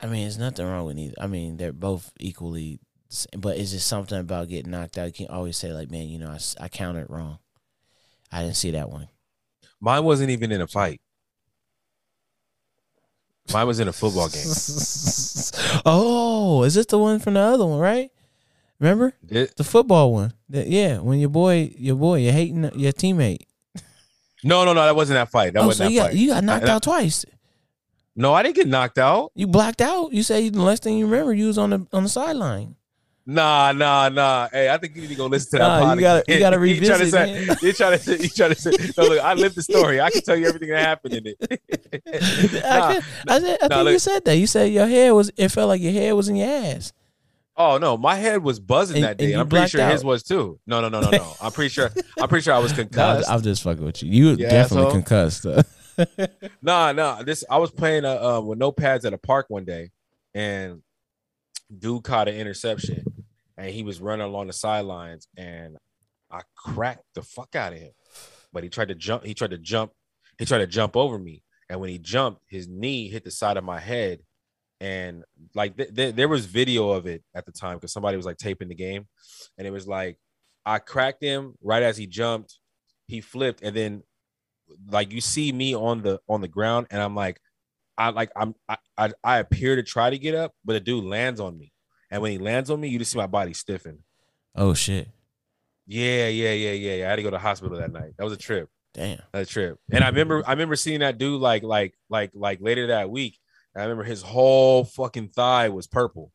Speaker 2: I mean, there's nothing wrong with either. I mean, they're both equally. s- But it's just something about getting knocked out. You can always say like, man, you know, I, s- I counted wrong. I didn't see that one.
Speaker 1: Mine wasn't even in a fight. Mine was in a football game.
Speaker 2: oh, is this the one from the other one? Right? Remember?
Speaker 1: It-
Speaker 2: The football one. That- yeah, when your boy, your boy, you're hating your teammate.
Speaker 1: no, no, no. That wasn't that fight. That
Speaker 2: oh, so
Speaker 1: wasn't
Speaker 2: you
Speaker 1: that
Speaker 2: got,
Speaker 1: fight.
Speaker 2: you got knocked
Speaker 1: that-
Speaker 2: out twice.
Speaker 1: no, I didn't get knocked out.
Speaker 2: You blacked out. You say the last thing you remember, you was on the on the sideline.
Speaker 1: Nah, nah, nah. Hey, I think you need to go listen to that.
Speaker 2: Nah,
Speaker 1: pod
Speaker 2: you gotta-
Speaker 1: again.
Speaker 2: you gotta
Speaker 1: He tryna
Speaker 2: revisit,
Speaker 1: say-
Speaker 2: man.
Speaker 1: He trying to say. He trying to say. No, look, I lived the story. I can tell you everything that happened in
Speaker 2: I,
Speaker 1: it. Nah.
Speaker 2: said, I, said, I
Speaker 1: nah,
Speaker 2: think you
Speaker 1: look.
Speaker 2: said that. You said your hair was. It felt like your hair was in your ass.
Speaker 1: Oh no, my head was buzzing
Speaker 2: And-
Speaker 1: that
Speaker 2: and
Speaker 1: day.
Speaker 2: you
Speaker 1: And I'm pretty
Speaker 2: blacked
Speaker 1: sure his
Speaker 2: out.
Speaker 1: was too. No, no, no, no, no. I'm pretty sure. I'm pretty sure I was
Speaker 2: Nah,
Speaker 1: concussed.
Speaker 2: I'm just fucking with you. You were
Speaker 1: Yeah,
Speaker 2: definitely
Speaker 1: asshole.
Speaker 2: concussed. though.
Speaker 1: Nah, nah. This I was playing uh, um, with no pads at a park one day, and dude caught an interception, and he was running along the sidelines, and I cracked the fuck out of him. But he tried to jump. He tried to jump. He tried to jump over me, and when he jumped, his knee hit the side of my head, and like th- th- there was video of it at the time because somebody was like taping the game, and it was like I cracked him right as he jumped. He flipped, and then like you see me on the on the ground and i'm like i like i'm I, I i appear to try to get up but the dude lands on me and when he lands on me you just see my body stiffen
Speaker 2: oh shit!
Speaker 1: yeah yeah yeah yeah yeah i had to go to the hospital that night that was a trip
Speaker 2: Damn.
Speaker 1: that was a trip and i remember i remember seeing that dude like like like like later that week and i remember his whole fucking thigh was purple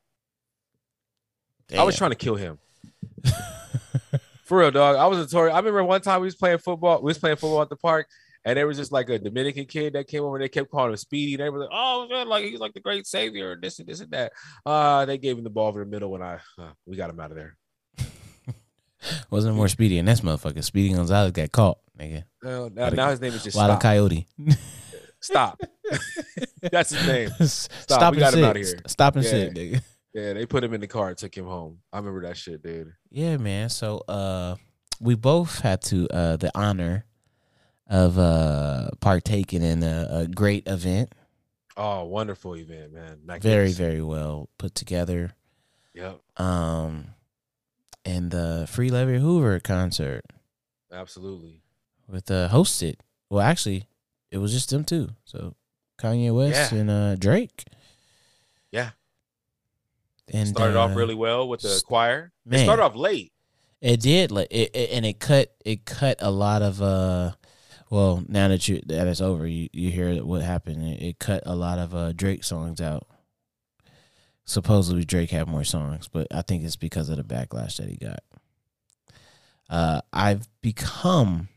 Speaker 1: I was trying to kill him. For real, dog. I was a Tory. I remember one time we was playing football. We was playing football at the park, and there was just like a Dominican kid that came over. and They kept calling him Speedy. And they were like, "Oh man, like he's like the great savior and this and this and that." Uh, they gave him the ball over the middle, and I uh, we got him out of there.
Speaker 2: Wasn't more Speedy and this motherfucker. Speedy Gonzalez got caught, nigga.
Speaker 1: Uh, now, now his name is just
Speaker 2: Wild and
Speaker 1: stop.
Speaker 2: Coyote.
Speaker 1: Stop. That's his name.
Speaker 2: Stop,
Speaker 1: we
Speaker 2: and
Speaker 1: got him
Speaker 2: sit.
Speaker 1: outta here.
Speaker 2: Stop and
Speaker 1: Yeah.
Speaker 2: sit, nigga.
Speaker 1: Yeah, they put him in the car and took him home. I remember that shit, dude.
Speaker 2: Yeah, man. So uh we both had to uh the honor of uh partaking in a, a great event.
Speaker 1: Oh, wonderful event, man.
Speaker 2: Very,
Speaker 1: Magnificent.
Speaker 2: very well put together.
Speaker 1: Yep,
Speaker 2: Um and the Free Larry Hoover concert
Speaker 1: absolutely.
Speaker 2: with uh hosted. Well actually it was just them two. So Kanye West
Speaker 1: Yeah.
Speaker 2: and uh Drake.
Speaker 1: Yeah.
Speaker 2: And
Speaker 1: started
Speaker 2: uh,
Speaker 1: off really well with the
Speaker 2: s-
Speaker 1: choir. It
Speaker 2: man.
Speaker 1: started off late.
Speaker 2: It did, like it, it, and it cut it cut a lot of uh. Well, now that you that it's over, you, you hear what happened. It, it cut a lot of uh Drake songs out. Supposedly Drake had more songs, but I think it's because of the backlash that he got. Uh, I've become.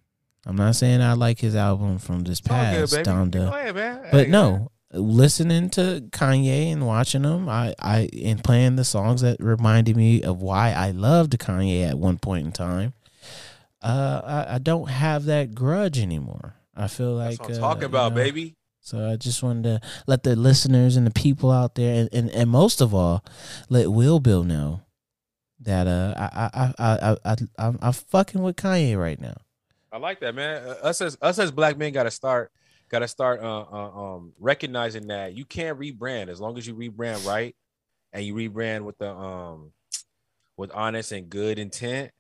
Speaker 2: I'm not saying I like his album from this
Speaker 1: It's all good,
Speaker 2: past
Speaker 1: baby.
Speaker 2: down
Speaker 1: Go
Speaker 2: to,
Speaker 1: ahead, man.
Speaker 2: but
Speaker 1: Hey, man.
Speaker 2: no, listening to Kanye and watching him, I, I and playing the songs that reminded me of why I loved Kanye at one point in time. Uh, I, I don't have that grudge anymore. I feel like
Speaker 1: that's what I'm
Speaker 2: uh,
Speaker 1: talking
Speaker 2: you
Speaker 1: about,
Speaker 2: know,
Speaker 1: baby.
Speaker 2: So I just wanted to let the listeners and the people out there, and, and, and most of all, let Will Bill know that uh I I I I I I'm, I'm fucking with Kanye right now.
Speaker 1: I like that, man. Uh, Us as us as black men got to start got to start uh, uh, um, recognizing that you can't rebrand as long as you rebrand right and you rebrand with the um with honest and good intent.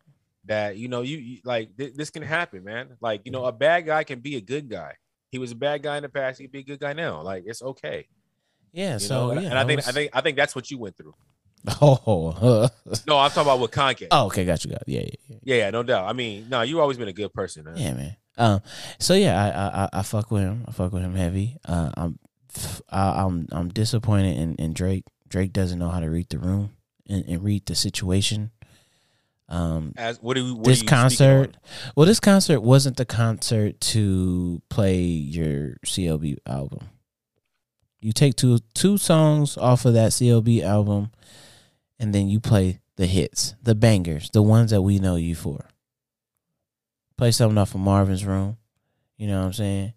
Speaker 1: That you know you, you- like thi- this can happen, man. Like you know a bad guy can be a good guy. He was a bad guy in the past. He'd be a good guy now. Like it's okay.
Speaker 2: Yeah.
Speaker 1: You
Speaker 2: so
Speaker 1: know? And-
Speaker 2: yeah,
Speaker 1: and I think
Speaker 2: was-
Speaker 1: I think I think that's what you went through.
Speaker 2: oh,
Speaker 1: No, I'm talking about with Kanye.
Speaker 2: oh okay, got you, got yeah yeah yeah.
Speaker 1: Yeah, yeah, no doubt. I mean, no, you've always been a good person. Man.
Speaker 2: Yeah, man. Um, so yeah, I- I, I I fuck with him. I fuck with him heavy. Uh, I'm I, I'm I'm disappointed in, in Drake. Drake doesn't know how to read the room and, and read the situation. Um,
Speaker 1: As what do we? What are you
Speaker 2: this
Speaker 1: speaking on?
Speaker 2: concert, well, this concert wasn't the concert to play your CLB album. You take two two songs off of that CLB album, and then you play the hits, the bangers, the ones that we know you for. Play something off of Marvin's Room. You know what I'm saying?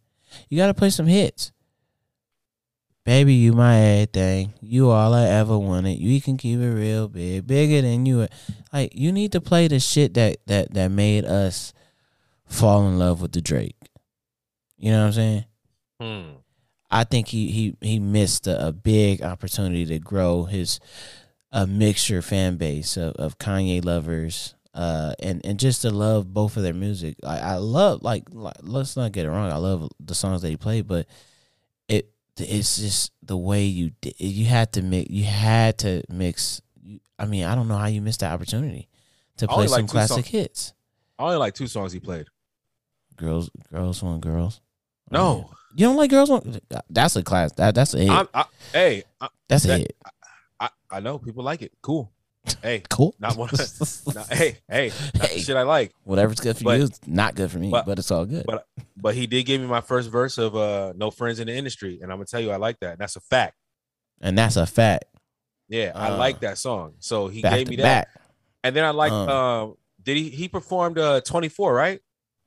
Speaker 2: You got to play some hits. Baby, you my everything. You all I ever wanted. You can keep it real big, bigger than you. Like you need to play the shit that that that made us fall in love with the Drake. You know what I'm saying?
Speaker 1: Hmm.
Speaker 2: I think he he he missed a, a big opportunity to grow his a mixture fan base of, of Kanye lovers uh and and just to love both of their music. I I love like, like let's not get it wrong. I love the songs that he played, but it it's just the way you did you had to mix you had to mix you- I mean, I don't know how you missed the opportunity to
Speaker 1: I
Speaker 2: play
Speaker 1: only like
Speaker 2: some
Speaker 1: two
Speaker 2: classic
Speaker 1: songs.
Speaker 2: hits.
Speaker 1: I only like two songs he played.
Speaker 2: Girls girls want girls. I mean,
Speaker 1: No,
Speaker 2: you don't like girls want that's a class. That that's a hit.
Speaker 1: I'm, I, hey, I,
Speaker 2: that's a
Speaker 1: that-
Speaker 2: hit.
Speaker 1: I, I know people like it. Cool. Hey,
Speaker 2: cool.
Speaker 1: Not one of- now, hey, hey, not the
Speaker 2: Hey.
Speaker 1: shit I like.
Speaker 2: Whatever's good for
Speaker 1: But-
Speaker 2: you is not good for me,
Speaker 1: but-
Speaker 2: but, it's all good.
Speaker 1: but- But he did give me my first verse of uh "No Friends in the Industry," and I'm gonna tell you I like that. That's a fact.
Speaker 2: and that's a fact.
Speaker 1: Yeah, I
Speaker 2: Uh,
Speaker 1: like that song. So he
Speaker 2: back
Speaker 1: gave
Speaker 2: to
Speaker 1: me that,
Speaker 2: back.
Speaker 1: and then I like.
Speaker 2: Um,
Speaker 1: um, did he he performed uh 24 right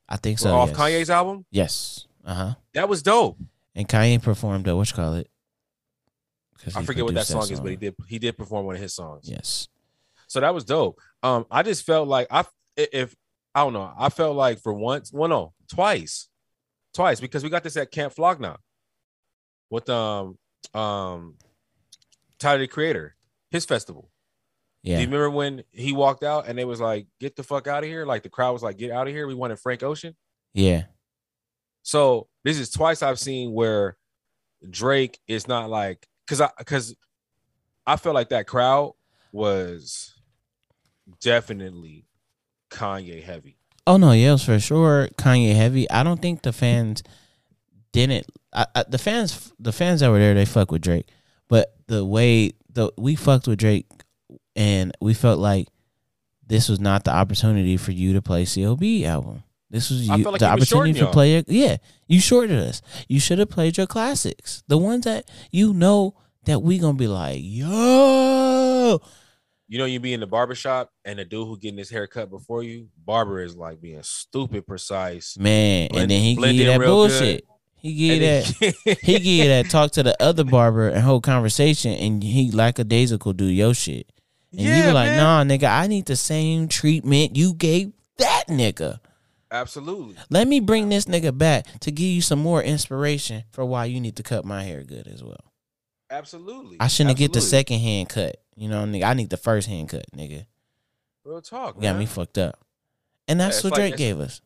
Speaker 2: I think so.
Speaker 1: off
Speaker 2: yes.
Speaker 1: Kanye's album?
Speaker 2: Yes. Uh huh.
Speaker 1: That was dope.
Speaker 2: And Kanye performed uh, what you call it? 'Cause
Speaker 1: I
Speaker 2: he
Speaker 1: forget what that
Speaker 2: produced
Speaker 1: song, is, but he did he did perform one of his songs.
Speaker 2: Yes.
Speaker 1: So that was dope. Um, I just felt like I i- if I don't know, I felt like for once, well, no, twice, twice because we got this at Camp Flogna with um um Tyler the Creator, his festival. Do you
Speaker 2: Yeah.
Speaker 1: remember when he walked out and they was like, "Get the fuck out of here!" Like the crowd was like, "Get out of here!" We wanted Frank Ocean.
Speaker 2: Yeah.
Speaker 1: So this is twice I've seen where Drake is not like because I because I felt like that crowd was definitely Kanye heavy.
Speaker 2: Oh no, yeah, it was for sure Kanye heavy. I don't think the fans didn't. I, I, the fans, the fans that were there, they fuck with Drake. But the way the we fucked with Drake and we felt like this was not the opportunity for you to play COB album. This was
Speaker 1: I
Speaker 2: you,
Speaker 1: felt like
Speaker 2: the
Speaker 1: he was shorting
Speaker 2: opportunity for
Speaker 1: y'all.
Speaker 2: player. Yeah, you shorted us. You should have played your classics, the ones that you know that we gonna be like, yo,
Speaker 1: You know, you be in the barber shop and the dude who getting his hair cut before you, barber is like being stupid precise.
Speaker 2: man,
Speaker 1: Blend-
Speaker 2: and then he give
Speaker 1: blend
Speaker 2: you
Speaker 1: in
Speaker 2: that
Speaker 1: real
Speaker 2: bullshit. He give you that.
Speaker 1: And then-
Speaker 2: He give you that talk to the other barber and whole conversation, and he lackadaisical do your shit. And you
Speaker 1: Yeah,
Speaker 2: be like,
Speaker 1: man.
Speaker 2: nah, nigga, I need the same treatment you gave that nigga.
Speaker 1: Absolutely.
Speaker 2: Let me bring this nigga back to give you some more inspiration for why you need to cut my hair good as well.
Speaker 1: Absolutely.
Speaker 2: I shouldn't get the
Speaker 1: Absolutely.
Speaker 2: second hand cut. You know, nigga, I need the first hand cut, nigga.
Speaker 1: real talk.
Speaker 2: You got
Speaker 1: man.
Speaker 2: me fucked up. And
Speaker 1: Yeah,
Speaker 2: that's
Speaker 1: it's
Speaker 2: what
Speaker 1: like-
Speaker 2: Drake
Speaker 1: it's-
Speaker 2: gave us.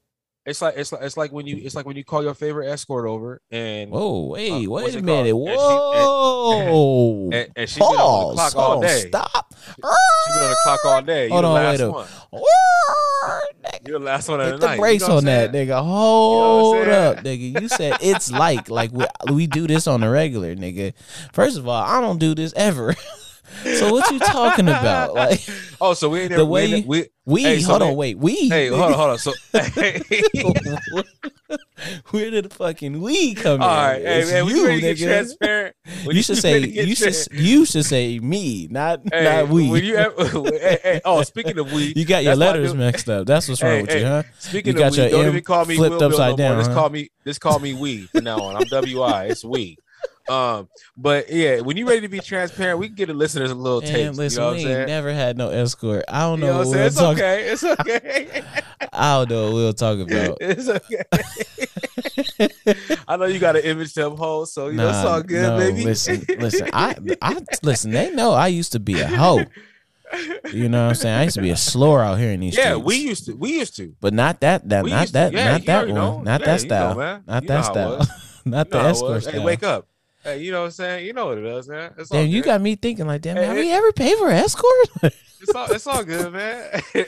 Speaker 1: It's like it's like it's like when you it's like when you call your favorite escort over and
Speaker 2: Whoa, wait,
Speaker 1: uh,
Speaker 2: wait
Speaker 1: what's
Speaker 2: a
Speaker 1: it called?
Speaker 2: minute.
Speaker 1: And she- and-
Speaker 2: Whoa.
Speaker 1: and, and she been on the
Speaker 2: Pause.
Speaker 1: clock all
Speaker 2: Hold on,
Speaker 1: day.
Speaker 2: stop.
Speaker 1: She been on the clock all day. You
Speaker 2: Hold
Speaker 1: the
Speaker 2: on,
Speaker 1: last
Speaker 2: wait a-
Speaker 1: one.
Speaker 2: Nigga,
Speaker 1: You the last one of the
Speaker 2: Hit the
Speaker 1: night.
Speaker 2: brakes
Speaker 1: you know what
Speaker 2: on
Speaker 1: I'm
Speaker 2: that,
Speaker 1: saying?
Speaker 2: nigga.
Speaker 1: what I'm
Speaker 2: Hold
Speaker 1: saying?
Speaker 2: up, nigga. You said it's like, like we, we do this on the regular, nigga. First of all, I don't do this ever. so what you talking about? Like
Speaker 1: Oh, so we ain't
Speaker 2: The
Speaker 1: never, we,
Speaker 2: way
Speaker 1: ain't- we
Speaker 2: we,
Speaker 1: Hey, so
Speaker 2: hold
Speaker 1: they-
Speaker 2: on, wait, we.
Speaker 1: hey hold on hold on. So
Speaker 2: on. Where did the fucking we come
Speaker 1: all right,
Speaker 2: in?
Speaker 1: hey
Speaker 2: It's
Speaker 1: man, we
Speaker 2: you,
Speaker 1: ready to get
Speaker 2: nigga.
Speaker 1: transparent. When
Speaker 2: You should say
Speaker 1: ready to get
Speaker 2: you should
Speaker 1: trans-
Speaker 2: you should say me, not
Speaker 1: Hey,
Speaker 2: not we.
Speaker 1: When you ever, hey, hey, oh, speaking of we,
Speaker 2: You got your
Speaker 1: that's why I
Speaker 2: letters
Speaker 1: do-
Speaker 2: mixed up. That's what's wrong
Speaker 1: Hey,
Speaker 2: with
Speaker 1: hey,
Speaker 2: you, huh?
Speaker 1: Speaking
Speaker 2: You
Speaker 1: of
Speaker 2: got
Speaker 1: we,
Speaker 2: your
Speaker 1: don't
Speaker 2: M
Speaker 1: even call me
Speaker 2: flipped
Speaker 1: Will Bill
Speaker 2: upside
Speaker 1: no more.
Speaker 2: down,
Speaker 1: Just
Speaker 2: huh?
Speaker 1: call me just call me we from now on. I'm WI. It's we. Um, but yeah, when you ready to be transparent, we can give the listeners a little
Speaker 2: And
Speaker 1: taste.
Speaker 2: listen,
Speaker 1: you know what
Speaker 2: we
Speaker 1: I'm
Speaker 2: ain't
Speaker 1: saying?
Speaker 2: never had no escort. I don't
Speaker 1: you
Speaker 2: know,
Speaker 1: know what I'm
Speaker 2: what
Speaker 1: saying?
Speaker 2: we'll
Speaker 1: It's
Speaker 2: talk.
Speaker 1: okay. It's okay.
Speaker 2: I don't know what we'll talk about.
Speaker 1: it's okay. I know you got an image to uphold, so you know it's all good,
Speaker 2: no,
Speaker 1: baby.
Speaker 2: Listen, listen, I, I, listen. They know I used to be a hoe. You know what I'm saying? I used to be a slur out here in these
Speaker 1: yeah,
Speaker 2: streets.
Speaker 1: we used to. We used to.
Speaker 2: but not that, that,
Speaker 1: we
Speaker 2: not
Speaker 1: used
Speaker 2: that,
Speaker 1: to. Yeah,
Speaker 2: not
Speaker 1: you
Speaker 2: that
Speaker 1: already
Speaker 2: one,
Speaker 1: know.
Speaker 2: not
Speaker 1: Yeah,
Speaker 2: that
Speaker 1: you know,
Speaker 2: style,
Speaker 1: man.
Speaker 2: not
Speaker 1: You know
Speaker 2: that
Speaker 1: how it was.
Speaker 2: style, not
Speaker 1: You
Speaker 2: the
Speaker 1: know how it
Speaker 2: escort
Speaker 1: was.
Speaker 2: style.
Speaker 1: Hey, wake up. Hey, you know what I'm saying? You know what it is, man. It's all
Speaker 2: Damn, you
Speaker 1: good.
Speaker 2: got me thinking like, damn,
Speaker 1: Hey,
Speaker 2: have
Speaker 1: it-
Speaker 2: we ever paid for an escort?
Speaker 1: It's all, it's all good, man. hey,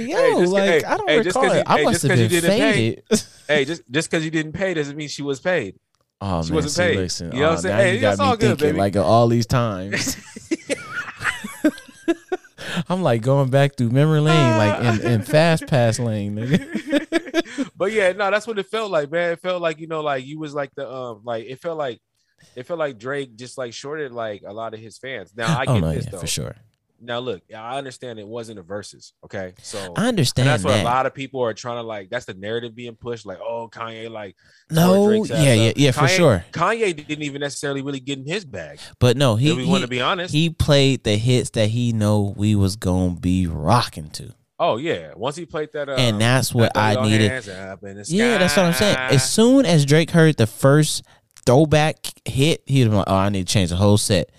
Speaker 2: yo,
Speaker 1: just 'cause-
Speaker 2: like
Speaker 1: hey,
Speaker 2: I don't
Speaker 1: hey, just
Speaker 2: recall
Speaker 1: 'cause
Speaker 2: it.
Speaker 1: you-
Speaker 2: I
Speaker 1: hey,
Speaker 2: must
Speaker 1: just
Speaker 2: have
Speaker 1: 'cause you
Speaker 2: been
Speaker 1: didn't pay-
Speaker 2: faded.
Speaker 1: Hey, just just because you didn't pay doesn't mean she was paid.
Speaker 2: Oh
Speaker 1: She
Speaker 2: man,
Speaker 1: wasn't
Speaker 2: see,
Speaker 1: paid.
Speaker 2: listen,
Speaker 1: You know what I'm
Speaker 2: oh,
Speaker 1: saying?
Speaker 2: now
Speaker 1: Hey,
Speaker 2: you
Speaker 1: it's
Speaker 2: got me
Speaker 1: all good,
Speaker 2: thinking
Speaker 1: baby.
Speaker 2: like of all these times. I'm like going back through memory lane, like in, in fast pass lane, nigga.
Speaker 1: but yeah, no, that's what it felt like, man. It felt like you know, like you was like the um, like it felt like it felt like Drake just like shorted like a lot of his fans. Now I
Speaker 2: oh
Speaker 1: get
Speaker 2: no,
Speaker 1: this
Speaker 2: yeah,
Speaker 1: though.
Speaker 2: for sure.
Speaker 1: Now look, I understand it wasn't a versus, okay? So
Speaker 2: I
Speaker 1: and
Speaker 2: understand
Speaker 1: that's what
Speaker 2: that.
Speaker 1: a lot of people are trying to like. That's the narrative being pushed, like, oh, Kanye, like
Speaker 2: no,
Speaker 1: Drake's ass
Speaker 2: yeah, yeah,
Speaker 1: up.
Speaker 2: yeah, for
Speaker 1: Kanye-
Speaker 2: sure.
Speaker 1: Kanye didn't even necessarily really get in his bag.
Speaker 2: But no, he
Speaker 1: if we want
Speaker 2: he,
Speaker 1: to be honest.
Speaker 2: he played the hits that he know we was gonna be rocking to,
Speaker 1: oh yeah, once he played that, uh,
Speaker 2: and that's what
Speaker 1: throw
Speaker 2: I
Speaker 1: your
Speaker 2: needed.
Speaker 1: hands up in the
Speaker 2: Yeah, that's what I'm saying.
Speaker 1: sky.
Speaker 2: As soon as Drake heard the first throwback hit, he was like, "Oh, I need to change the whole set.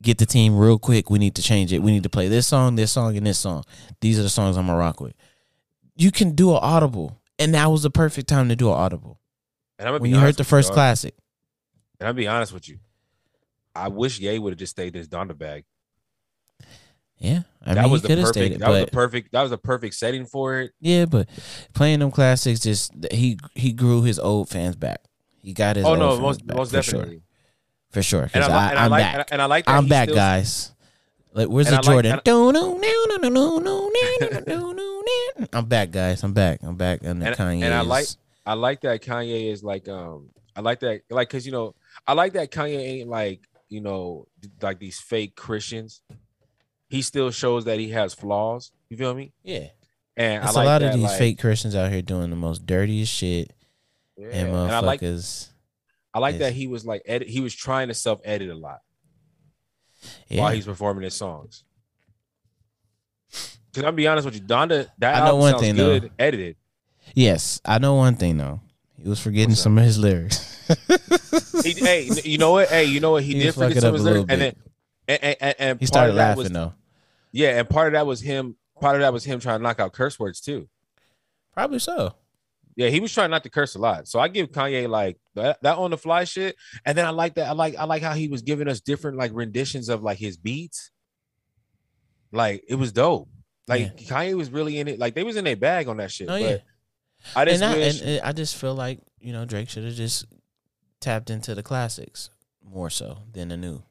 Speaker 2: Get the team real quick. We need to change it. We need to play this song, this song, and this song. These are the songs I'm gonna rock with." You can do an audible, and that was the perfect time to do an audible
Speaker 1: and I'm gonna be
Speaker 2: when you heard
Speaker 1: honest
Speaker 2: the
Speaker 1: with
Speaker 2: first
Speaker 1: dog.
Speaker 2: classic.
Speaker 1: And I'll be honest with you, I wish Ye would have just stayed in his Donda bag.
Speaker 2: Yeah, I
Speaker 1: that
Speaker 2: mean,
Speaker 1: was the
Speaker 2: he could have
Speaker 1: perfect.
Speaker 2: stayed,
Speaker 1: that was
Speaker 2: but
Speaker 1: the perfect. That was the perfect setting for it.
Speaker 2: yeah, but playing them classics just he he grew his old fans back. He got his
Speaker 1: Oh
Speaker 2: old
Speaker 1: no,
Speaker 2: fans
Speaker 1: most
Speaker 2: back
Speaker 1: most
Speaker 2: for
Speaker 1: definitely.
Speaker 2: sure, for sure.
Speaker 1: And I,
Speaker 2: Because
Speaker 1: li-
Speaker 2: I,
Speaker 1: and I
Speaker 2: am
Speaker 1: like
Speaker 2: back.
Speaker 1: and, I- and I like that
Speaker 2: I'm
Speaker 1: he
Speaker 2: back,
Speaker 1: still-
Speaker 2: guys. Like, where's
Speaker 1: And
Speaker 2: the
Speaker 1: I like-
Speaker 2: Jordan?
Speaker 1: and I-
Speaker 2: No, no, no, no, no, no, no, no, no, no. I'm back, guys. I'm back. I'm back. And
Speaker 1: And-
Speaker 2: Kanye.
Speaker 1: and I like-
Speaker 2: is-
Speaker 1: I like that Kanye is like um I like that like cuz you know I like that Kanye ain't like you know th- like these fake Christians. He still shows that he has flaws. You feel me?
Speaker 2: Yeah,
Speaker 1: And
Speaker 2: it's
Speaker 1: I like
Speaker 2: a lot
Speaker 1: that,
Speaker 2: of these
Speaker 1: like-
Speaker 2: fake Christians out here doing the most dirtiest shit,
Speaker 1: yeah.
Speaker 2: and
Speaker 1: And I like
Speaker 2: motherfuckers.
Speaker 1: I like that
Speaker 2: this.
Speaker 1: he was like edit. He was trying to self edit a lot
Speaker 2: yeah,
Speaker 1: while he's performing his songs. Cause I'll be honest with you, Donda that
Speaker 2: I know
Speaker 1: album
Speaker 2: one
Speaker 1: sounds
Speaker 2: thing, though.
Speaker 1: good edited.
Speaker 2: yes. I know one thing though. He was forgetting
Speaker 1: What's up?
Speaker 2: some of his lyrics.
Speaker 1: He, hey, n- you know what? Hey, you know what? He,
Speaker 2: He
Speaker 1: did
Speaker 2: fuck
Speaker 1: forget
Speaker 2: it
Speaker 1: some of
Speaker 2: up
Speaker 1: his
Speaker 2: a little
Speaker 1: lyrics, and then
Speaker 2: bit.
Speaker 1: and, and, and, and
Speaker 2: He
Speaker 1: part
Speaker 2: started
Speaker 1: of that
Speaker 2: laughing
Speaker 1: was
Speaker 2: though.
Speaker 1: Yeah, and part of that was him. Part of that was him trying to knock out curse words too.
Speaker 2: Probably so.
Speaker 1: Yeah, he was trying not to curse a lot. So I give Kanye like that, that on the fly shit. And then I like that. I like I like how he was giving us different like renditions of like his beats. Like it was dope. Like Kanye was really in it. Like they was in their bag on that shit.
Speaker 2: No,
Speaker 1: but
Speaker 2: Oh, yeah.
Speaker 1: I just
Speaker 2: and, I,
Speaker 1: wish.
Speaker 2: and, and I just feel like you know Drake should have just tapped into the classics more so than the new.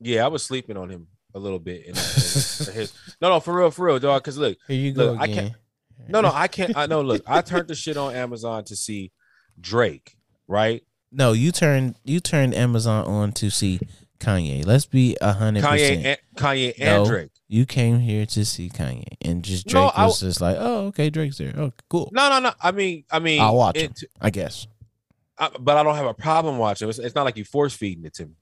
Speaker 1: yeah, I was sleeping on him. a little bit. In that for his- no, no, for real, for real, dog. Because look,
Speaker 2: Here you go
Speaker 1: Look, I
Speaker 2: again.
Speaker 1: can't- no, no, I can't. I know. Look, I turned the shit on Amazon to see Drake, right?
Speaker 2: No, you turned you turned Amazon on to see Kanye. Let's be a hundred
Speaker 1: Kanye,
Speaker 2: percent.
Speaker 1: and, Kanye and
Speaker 2: No.
Speaker 1: Drake.
Speaker 2: You came here to see Kanye, and just
Speaker 1: No,
Speaker 2: Drake
Speaker 1: I-
Speaker 2: was just like, "Oh, okay, Drake's there. Oh, cool.
Speaker 1: No, no, no. I mean, I mean,
Speaker 2: I'll watch
Speaker 1: it,
Speaker 2: I guess."
Speaker 1: I, but I don't have a problem watching. it. It's, it's not like you force feeding it to me.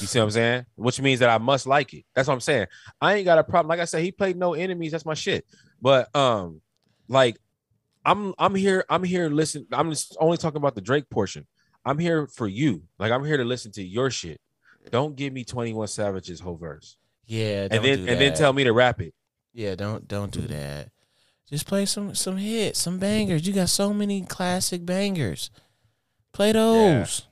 Speaker 1: You see what I'm saying? Which means that I must like it. That's what I'm saying. I ain't got a problem. Like I said, he played no enemies. That's my shit. But um, like I'm I'm here. I'm here. to Listen. I'm just only talking about the Drake portion. I'm here for you. Like I'm here to listen to your shit. Don't give me 21 Savage's whole verse
Speaker 2: Yeah, don't
Speaker 1: and then
Speaker 2: do
Speaker 1: and then
Speaker 2: that.
Speaker 1: tell me to rap it.
Speaker 2: Yeah, don't don't do that. Just play some some hits, some bangers. You got so many classic bangers. Play those.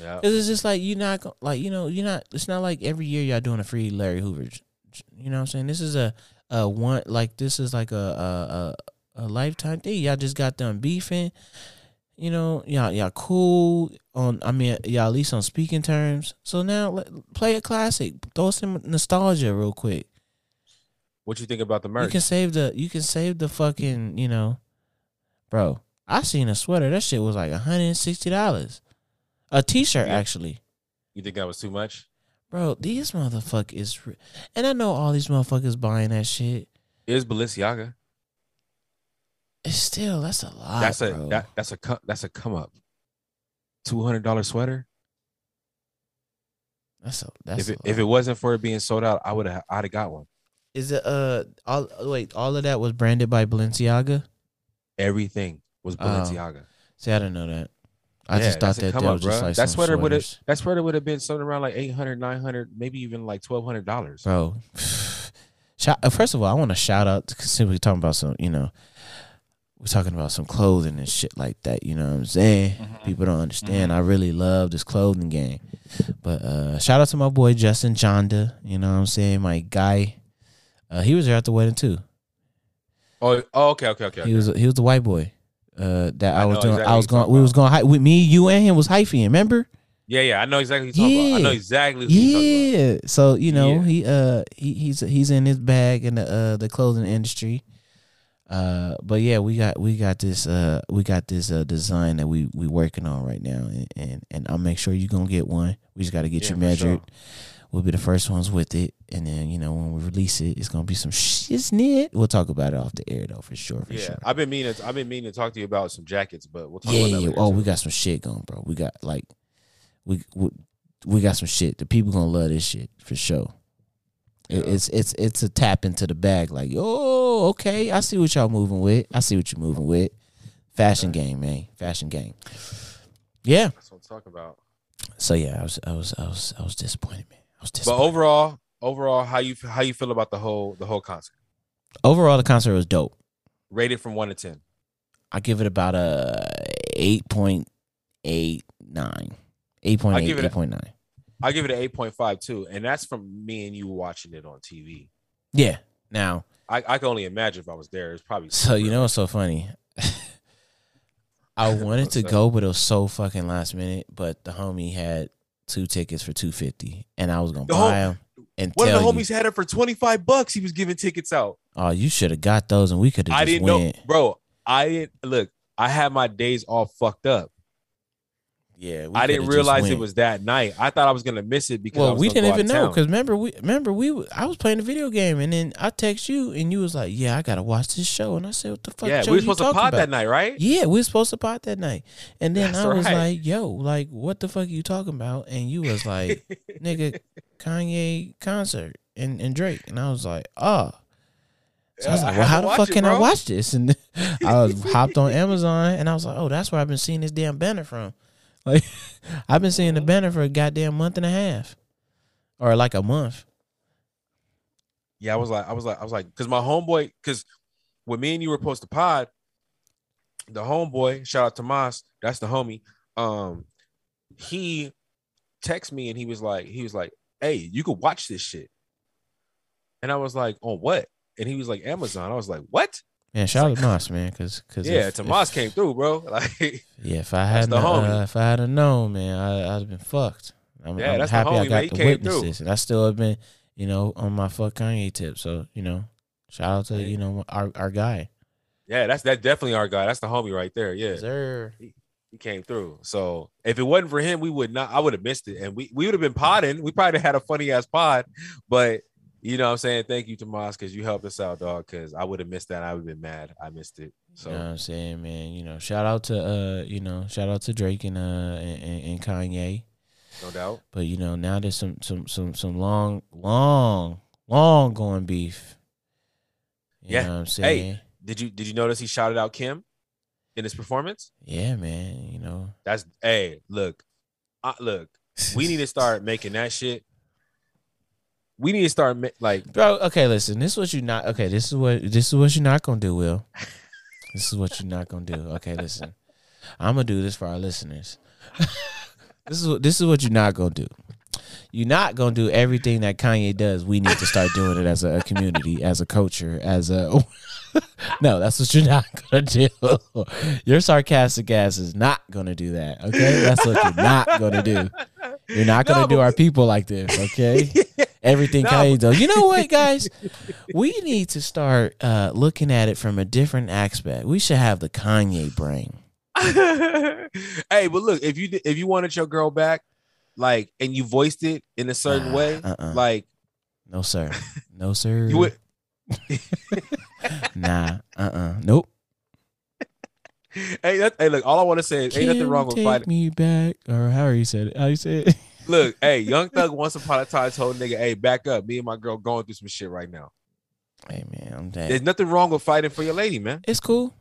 Speaker 1: Yeah.
Speaker 2: Cause it's just like you're not go- like you know you're not. It's not like every year y'all doing a free Larry Hoover. j- j- You know what I'm saying? This is a a one like this is like a a a, a lifetime thing. Y'all just got done beefing. You know y'all y'all cool on. I mean y'all at least on speaking terms. So now let- play a classic. Throw some nostalgia real quick.
Speaker 1: What you think about the
Speaker 2: You
Speaker 1: merch?
Speaker 2: can save the you can save the fucking, you know, bro. I seen a sweater. That shit was like $160. A t-shirt
Speaker 1: Yeah.
Speaker 2: actually.
Speaker 1: you think that was too much?
Speaker 2: Bro, these motherfuckers re- and I know all these motherfuckers buying that shit.
Speaker 1: Is Balenciaga?
Speaker 2: It's still that's a lot.
Speaker 1: that's a
Speaker 2: bro.
Speaker 1: that, that's a co- that's a come up. Two hundred dollar sweater.
Speaker 2: that's a that's
Speaker 1: if it,
Speaker 2: a
Speaker 1: if
Speaker 2: lot.
Speaker 1: it wasn't for it being sold out, I would have I'd have got one.
Speaker 2: Is it uh all wait, all of that was branded by Balenciaga?
Speaker 1: Everything was Balenciaga.
Speaker 2: See, I didn't know that. Um, I
Speaker 1: Yeah,
Speaker 2: just thought
Speaker 1: that's a
Speaker 2: that that
Speaker 1: come
Speaker 2: was
Speaker 1: up,
Speaker 2: just
Speaker 1: bro.
Speaker 2: like
Speaker 1: That
Speaker 2: some
Speaker 1: sweater would've-
Speaker 2: sweaters.
Speaker 1: That sweater would have been something around like 800 900 maybe even like twelve hundred dollars.
Speaker 2: bro. Shout, uh, first of all, I want to shout out because we're talking about some, you know, we're talking about some clothing and shit like that. You know what I'm saying? People don't
Speaker 1: Mm-hmm.
Speaker 2: understand. I really love this clothing game, but uh, shout out to my boy Justin Jonda. You know what I'm saying? My guy, uh, he was there at the wedding too.
Speaker 1: Oh, oh, okay, okay, okay.
Speaker 2: He
Speaker 1: okay.
Speaker 2: was he was the white boy. Uh, that I,
Speaker 1: I
Speaker 2: was
Speaker 1: know
Speaker 2: doing.
Speaker 1: exactly
Speaker 2: I was
Speaker 1: who you're
Speaker 2: going. We
Speaker 1: talking
Speaker 2: was going. Hi- with me, you, and him was hyphen. Remember?
Speaker 1: yeah, yeah. I know exactly what you're talking about. I know
Speaker 2: Yeah.
Speaker 1: exactly what you're talking about.
Speaker 2: Yeah. So you know
Speaker 1: Yeah.
Speaker 2: he uh he, he's he's in his bag in the uh the clothing industry. Uh, but yeah, we got we got this uh we got this uh design that we we working on right now, and and, and I'll make sure you gonna get one. We just got to get
Speaker 1: Yeah,
Speaker 2: you
Speaker 1: for
Speaker 2: measured.
Speaker 1: sure.
Speaker 2: We'll be the first ones with it, and then you know when we release it, it's gonna be some shiznit. We'll talk about it off the air though, for sure, for
Speaker 1: Yeah,
Speaker 2: sure.
Speaker 1: I've been meaning to, I've been meaning to talk to you about some jackets, but we'll talk
Speaker 2: Yeah,
Speaker 1: about that.
Speaker 2: yeah.
Speaker 1: later,
Speaker 2: Oh,
Speaker 1: too.
Speaker 2: we got some shit going, bro. We got like, we we, we got some shit. The people gonna love this shit for sure. It-
Speaker 1: Yeah.
Speaker 2: It's it's it's a tap into the bag. Like, oh, okay, I see what y'all moving with. I see what you're moving with. Fashion game, man. Fashion game. Yeah.
Speaker 1: that's what I'm talking about.
Speaker 2: So yeah, I was I was I was I was disappointed, man. I was
Speaker 1: But
Speaker 2: disappointed.
Speaker 1: overall, overall, how you how you feel about the whole the whole concert?
Speaker 2: Overall, the concert was dope.
Speaker 1: Rated from one to ten.
Speaker 2: I give it about a eight point eight nine. Eight point
Speaker 1: I
Speaker 2: eight,
Speaker 1: give it
Speaker 2: eight
Speaker 1: a-
Speaker 2: point nine.
Speaker 1: I give it an eight point five too, and that's from me and you watching it on TV.
Speaker 2: Yeah. Now
Speaker 1: I, I can only imagine if I was there. It's probably
Speaker 2: So you know what's so funny? I wanted
Speaker 1: What's
Speaker 2: to
Speaker 1: that?
Speaker 2: go, but it was so fucking last minute. But the homie had two tickets for two fifty, and I was gonna
Speaker 1: The
Speaker 2: buy them and
Speaker 1: one of the
Speaker 2: tell
Speaker 1: homies
Speaker 2: you,
Speaker 1: had it for twenty five bucks. He was giving tickets out.
Speaker 2: "Oh, you should have got those, and we could
Speaker 1: I
Speaker 2: have just
Speaker 1: didn't
Speaker 2: went."
Speaker 1: know, bro. I didn't look. I had my days all fucked up.
Speaker 2: Yeah, we
Speaker 1: I
Speaker 2: coulda
Speaker 1: didn't
Speaker 2: just
Speaker 1: realize it
Speaker 2: went.
Speaker 1: was that night. I thought I was gonna miss it because I
Speaker 2: Well,
Speaker 1: was
Speaker 2: we
Speaker 1: gonna
Speaker 2: didn't
Speaker 1: go out
Speaker 2: even
Speaker 1: of
Speaker 2: know
Speaker 1: town.
Speaker 2: because remember we remember we w- I was playing the video game, and then I text you, and you was like, "Yeah, I gotta watch this show," and I said, "What the fuck?"
Speaker 1: yeah,
Speaker 2: show
Speaker 1: we were
Speaker 2: you
Speaker 1: supposed to
Speaker 2: talking
Speaker 1: pod
Speaker 2: about?
Speaker 1: that night, right?
Speaker 2: Yeah, we were supposed to pot that night. And then
Speaker 1: That's
Speaker 2: I was
Speaker 1: right.
Speaker 2: like, yo, like, what the fuck you talking about? And you was like, nigga, Kanye concert and, and Drake. And I was like, oh. So I was
Speaker 1: Yeah,
Speaker 2: like,
Speaker 1: I had
Speaker 2: well, how
Speaker 1: to
Speaker 2: the
Speaker 1: watch
Speaker 2: fuck
Speaker 1: it,
Speaker 2: can I
Speaker 1: bro.
Speaker 2: watch this? And I was hopped on Amazon and I was like, oh, that's where I've been seeing this damn banner from. Like, I've been
Speaker 1: Mm-hmm.
Speaker 2: seeing the banner for a goddamn month and a half or like a month.
Speaker 1: Yeah, I was like, I was like, I was like, because my homeboy, because when me and you were supposed to pod, the homeboy, shout out to Mas, that's the homie. Um, he texted me and he was like, he was like, hey, you could watch this shit. And I was like, on what? And he was like, Amazon. I was like, what?
Speaker 2: Man, shout out to Moss, man, because cause
Speaker 1: yeah,
Speaker 2: if-
Speaker 1: Tomas
Speaker 2: if-
Speaker 1: came through, bro. Like,
Speaker 2: Yeah, if I
Speaker 1: That's
Speaker 2: hadn't,
Speaker 1: the homie.
Speaker 2: uh, if I had known, man, I, I'd have been fucked. I'm,
Speaker 1: Yeah,
Speaker 2: I'm
Speaker 1: that's the
Speaker 2: happy
Speaker 1: homie,
Speaker 2: I
Speaker 1: man.
Speaker 2: got
Speaker 1: He
Speaker 2: the
Speaker 1: came
Speaker 2: witnesses. And I still have been, you know, on my fuck Kanye tip. So, you know, shout out to,
Speaker 1: Hey.
Speaker 2: you know, our, our guy.
Speaker 1: Yeah, that's that's definitely our guy. That's the homie right there. Yeah.
Speaker 2: Sir.
Speaker 1: he came through. So if it wasn't for him, we would not. I would have missed it, and we we would have been podding. We probably had a funny ass pod, but you know what I'm saying. Thank you, Tomas, because you helped us out, dog. Because I would have missed that. I would have been mad. I missed it. So
Speaker 2: You know what I'm saying, man? You know, shout out to, uh, you know, shout out to Drake and, uh, and, and, and Kanye.
Speaker 1: no doubt.
Speaker 2: But, you know, now there's some, some, some, some long, long, long going beef. You
Speaker 1: Yeah.
Speaker 2: know what I'm
Speaker 1: Hey.
Speaker 2: saying?
Speaker 1: Did you did you notice he shouted out Kim in his performance?
Speaker 2: Yeah, man. You know,
Speaker 1: That's hey, look, I, look. We need to start making that shit. We need to start ma- like
Speaker 2: bro. Okay, listen. This is what you not. Okay, this is what this is what you're not gonna do, Will. This is what you're not gonna do. Okay, listen. I'm gonna do this for our listeners. this is what this is what you're not gonna do. You're not gonna do everything that Kanye does. We need to start doing it as a, a community, as a culture, as a. no, that's what you're not gonna do. Your sarcastic ass is not gonna do that. Okay, that's what you're not gonna do. You're not
Speaker 1: No,
Speaker 2: gonna do
Speaker 1: but
Speaker 2: our people like this. Okay. Everything
Speaker 1: No,
Speaker 2: Kanye does. You know what, guys? we need to start uh, looking at it from a different aspect. We should have the Kanye brain.
Speaker 1: hey, but look, if you did- if you wanted your girl back, like, and you voiced it in a certain
Speaker 2: Nah,
Speaker 1: way,
Speaker 2: uh-uh. Mm-hmm.
Speaker 1: like
Speaker 2: No sir. No sir.
Speaker 1: you would,
Speaker 2: Nah. Uh. uh Nope.
Speaker 1: hey, that, hey, look, all I want to say is, ain't nothing
Speaker 2: Can
Speaker 1: wrong
Speaker 2: you
Speaker 1: with
Speaker 2: take
Speaker 1: fighting.
Speaker 2: me back, or how you said it? How you said it?
Speaker 1: Look, hey, Young Thug once upon a time told nigga, hey, back up. Me and my girl going through some shit right now.
Speaker 2: Hey man, I'm dead.
Speaker 1: There's nothing wrong with fighting for your lady, man.
Speaker 2: it's cool.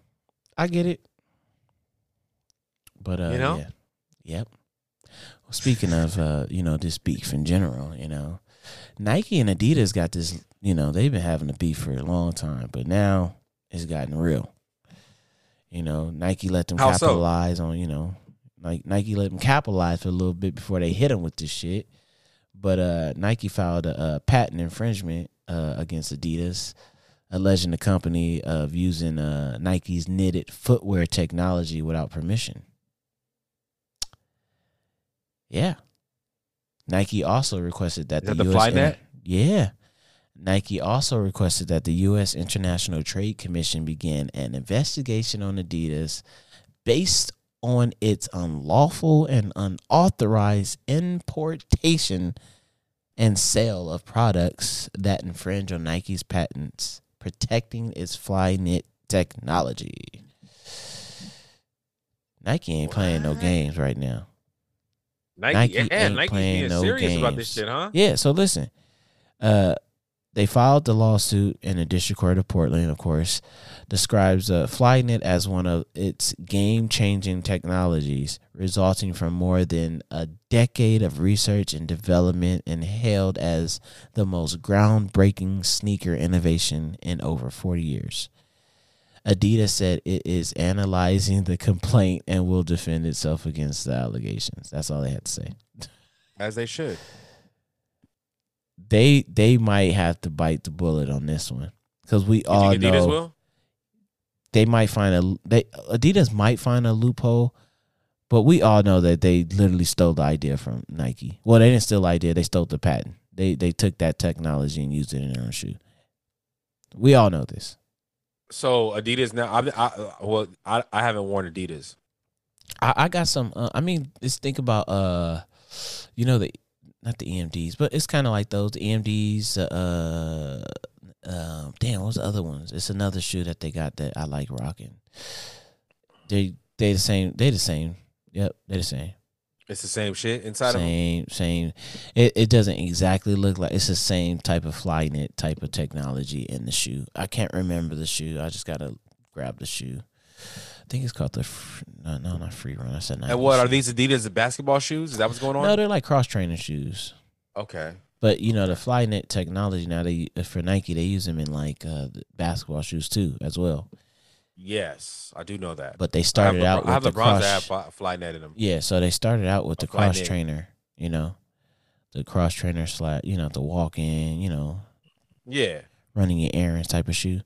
Speaker 2: I get it. But uh,
Speaker 1: You know?
Speaker 2: yeah. yep. Well, speaking of uh, you know, this beef in general, you know, Nike and Adidas got this. You know, they've been having a beef for a long time, but now it's gotten real. You know, Nike let them
Speaker 1: How so?
Speaker 2: capitalize on you know, like Nike let them capitalize for a little bit before they hit them with this shit. But uh, Nike filed a, uh patent infringement uh, against Adidas, alleging the company of using uh, Nike's knitted footwear technology without permission. Yeah. Nike also requested that
Speaker 1: Is that
Speaker 2: the
Speaker 1: the
Speaker 2: US
Speaker 1: Flynet?
Speaker 2: yeah. Nike also requested that the U.S. International Trade Commission begin an investigation on Adidas based on its unlawful and unauthorized importation and sale of products that infringe on Nike's patents protecting its Flyknit technology. Nike ain't playing no
Speaker 1: What?
Speaker 2: games right now.
Speaker 1: Nike,
Speaker 2: Nike
Speaker 1: yeah,
Speaker 2: ain't
Speaker 1: Nike's
Speaker 2: playing
Speaker 1: being
Speaker 2: no
Speaker 1: serious about this
Speaker 2: games.
Speaker 1: shit, huh?
Speaker 2: Yeah, so listen. Uh they filed the lawsuit in the District Court of Portland, of course, describes uh, Flyknit as one of its game changing technologies, resulting from more than a decade of research and development and hailed as the most groundbreaking sneaker innovation in over 40 years. Adidas said it is analyzing the complaint and will defend itself against the allegations. That's all they had to say.
Speaker 1: As they should.
Speaker 2: they they might have to bite the bullet on this one because we
Speaker 1: You
Speaker 2: all
Speaker 1: think Adidas
Speaker 2: know
Speaker 1: will?
Speaker 2: they might find a they Adidas might find a loophole, but we all know that they literally stole the idea from Nike. Well, they didn't steal the idea; they stole the patent. They they took that technology and used it in their own shoe. We all know this.
Speaker 1: So Adidas now. I, I well, I, I haven't worn Adidas.
Speaker 2: I, I got some. Uh, I mean, just think about uh, you know the not the EMDs, but it's kind of like those the EMDs. Uh, um, damn, what's the other ones? It's another shoe that they got that I like rocking. They they the same. They the same. Yep, they the same.
Speaker 1: It's the same shit inside of them.
Speaker 2: Same same. It it doesn't exactly look like it's the same type of fly knit type of technology in the shoe. I can't remember the shoe. I just gotta grab the shoe. I think it's called the fr- no no not free run. I said not.
Speaker 1: And what are these Adidas the basketball shoes? Is that what's going on?
Speaker 2: No, they're like cross training shoes.
Speaker 1: Okay.
Speaker 2: But you know the Flyknit technology now they uh, for Nike they use them in like uh, the basketball shoes too as well.
Speaker 1: Yes, I do know that.
Speaker 2: But they started
Speaker 1: I have
Speaker 2: out
Speaker 1: LeBron-
Speaker 2: with
Speaker 1: I have
Speaker 2: the
Speaker 1: LeBron's
Speaker 2: cross.
Speaker 1: that have fly, fly net in them.
Speaker 2: yeah, so they started out with
Speaker 1: uh, A
Speaker 2: the cross
Speaker 1: Flyknit.
Speaker 2: trainer, you know, the cross trainer slap, you know, the walk in, you know,
Speaker 1: Yeah.
Speaker 2: running your errands type of shoe.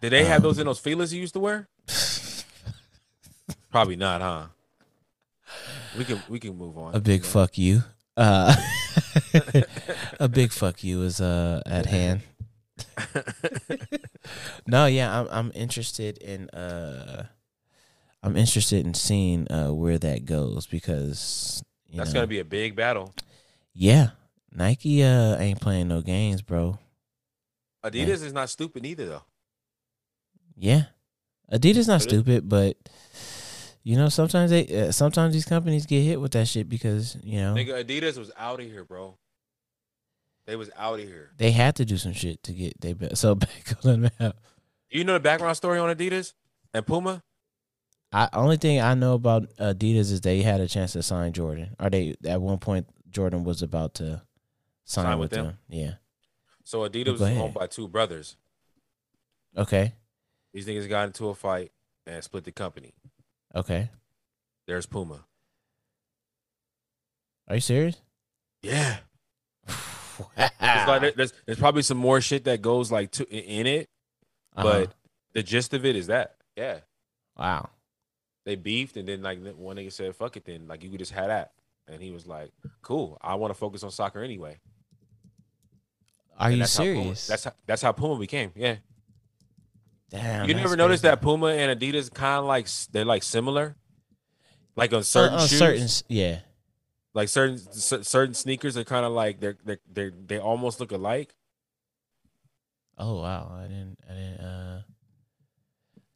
Speaker 1: Did they have those
Speaker 2: Um,
Speaker 1: in those feelers you used to wear? Probably not, huh? We can we can move on.
Speaker 2: A big
Speaker 1: Yeah.
Speaker 2: fuck you. Uh, a big fuck you is uh at hand. no, yeah, I'm I'm interested in uh I'm interested in seeing uh where that goes because you
Speaker 1: That's
Speaker 2: know,
Speaker 1: gonna be a big battle.
Speaker 2: yeah. Nike uh ain't playing no games, bro.
Speaker 1: Adidas is not stupid either, though.
Speaker 2: Yeah, Adidas not
Speaker 1: It is.
Speaker 2: stupid, but you know sometimes they uh, sometimes these companies get hit with that shit because you know
Speaker 1: Nigga, Adidas was out of here, bro. They was out of here.
Speaker 2: they had to do some shit to get they be- so back on the map.
Speaker 1: You know the background story on Adidas and Puma?
Speaker 2: I only thing I know about Adidas is they had a chance to sign Jordan. Are they at one point Jordan was about to sign,
Speaker 1: Sign with
Speaker 2: with them.
Speaker 1: them?
Speaker 2: Yeah.
Speaker 1: So
Speaker 2: Go
Speaker 1: Adidas was
Speaker 2: ahead.
Speaker 1: owned by two brothers.
Speaker 2: Okay.
Speaker 1: These niggas got into a fight and split the company.
Speaker 2: Okay.
Speaker 1: There's Puma.
Speaker 2: Are you serious?
Speaker 1: Yeah. It's
Speaker 2: Wow.
Speaker 1: like there- there's, there's probably some more shit that goes like to, in it,
Speaker 2: Uh-huh.
Speaker 1: but the gist of it is that. Yeah.
Speaker 2: wow.
Speaker 1: They beefed and then like one nigga said, fuck it then. Like you could just have that. And he was like, cool. I want to focus on soccer anyway.
Speaker 2: Are
Speaker 1: And
Speaker 2: you
Speaker 1: that's how Puma-
Speaker 2: serious?
Speaker 1: that's how, that's how Puma became. Yeah.
Speaker 2: Damn.
Speaker 1: you
Speaker 2: that's
Speaker 1: never noticed
Speaker 2: crazy.
Speaker 1: that Puma and Adidas kind of like s- they're like similar, like on
Speaker 2: Uh,
Speaker 1: certain
Speaker 2: on
Speaker 1: shoes,
Speaker 2: certain s- yeah.
Speaker 1: like certain cer- certain sneakers are kind of like they're they they they almost look alike.
Speaker 2: Oh wow, I didn't, I didn't. Uh...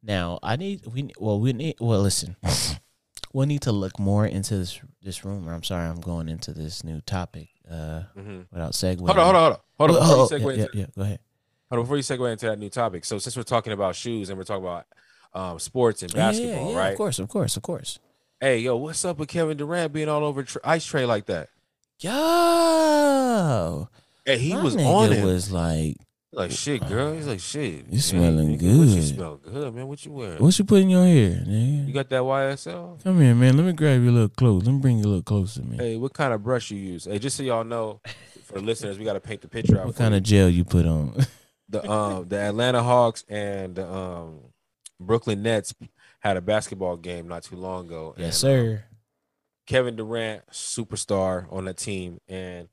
Speaker 2: Now I need we ne- well we need well listen, we need to look more into this this rumor. I'm sorry, I'm going into this new topic uh
Speaker 1: Mhm.
Speaker 2: without segue.
Speaker 1: Hold on, hold on, hold on, hold on. Before, you segue
Speaker 2: Oh, yeah, yeah,
Speaker 1: into,
Speaker 2: yeah, go ahead.
Speaker 1: hold on, before you segue into that new topic, so since we're talking about shoes and we're talking about um, sports and
Speaker 2: Yeah, yeah,
Speaker 1: basketball,
Speaker 2: yeah,
Speaker 1: right?
Speaker 2: Of course, of course, of course.
Speaker 1: Hey, yo, what's up with Kevin Durant being all over tr ice tray like that?
Speaker 2: Yo,
Speaker 1: And he
Speaker 2: my
Speaker 1: was
Speaker 2: nigga
Speaker 1: on it.
Speaker 2: Was like,
Speaker 1: Like shit, girl. He's like shit.
Speaker 2: You
Speaker 1: man,
Speaker 2: smelling
Speaker 1: nigga, What you
Speaker 2: good.
Speaker 1: smell good, man? What you wearing?
Speaker 2: what you put in your hair, nigga?
Speaker 1: you got that YSL?
Speaker 2: Come here, man. Let me grab you a little close. Let me bring you a little closer, man.
Speaker 1: Hey, what kind of brush you use? Hey, just so y'all know, for the listeners, we got to paint the picture out.
Speaker 2: what
Speaker 1: for
Speaker 2: kind
Speaker 1: you.
Speaker 2: of gel you put on?
Speaker 1: the um the Atlanta Hawks and the um Brooklyn Nets had a basketball game not too long ago. and,
Speaker 2: yes, sir.
Speaker 1: Kevin Durant, superstar on that team, and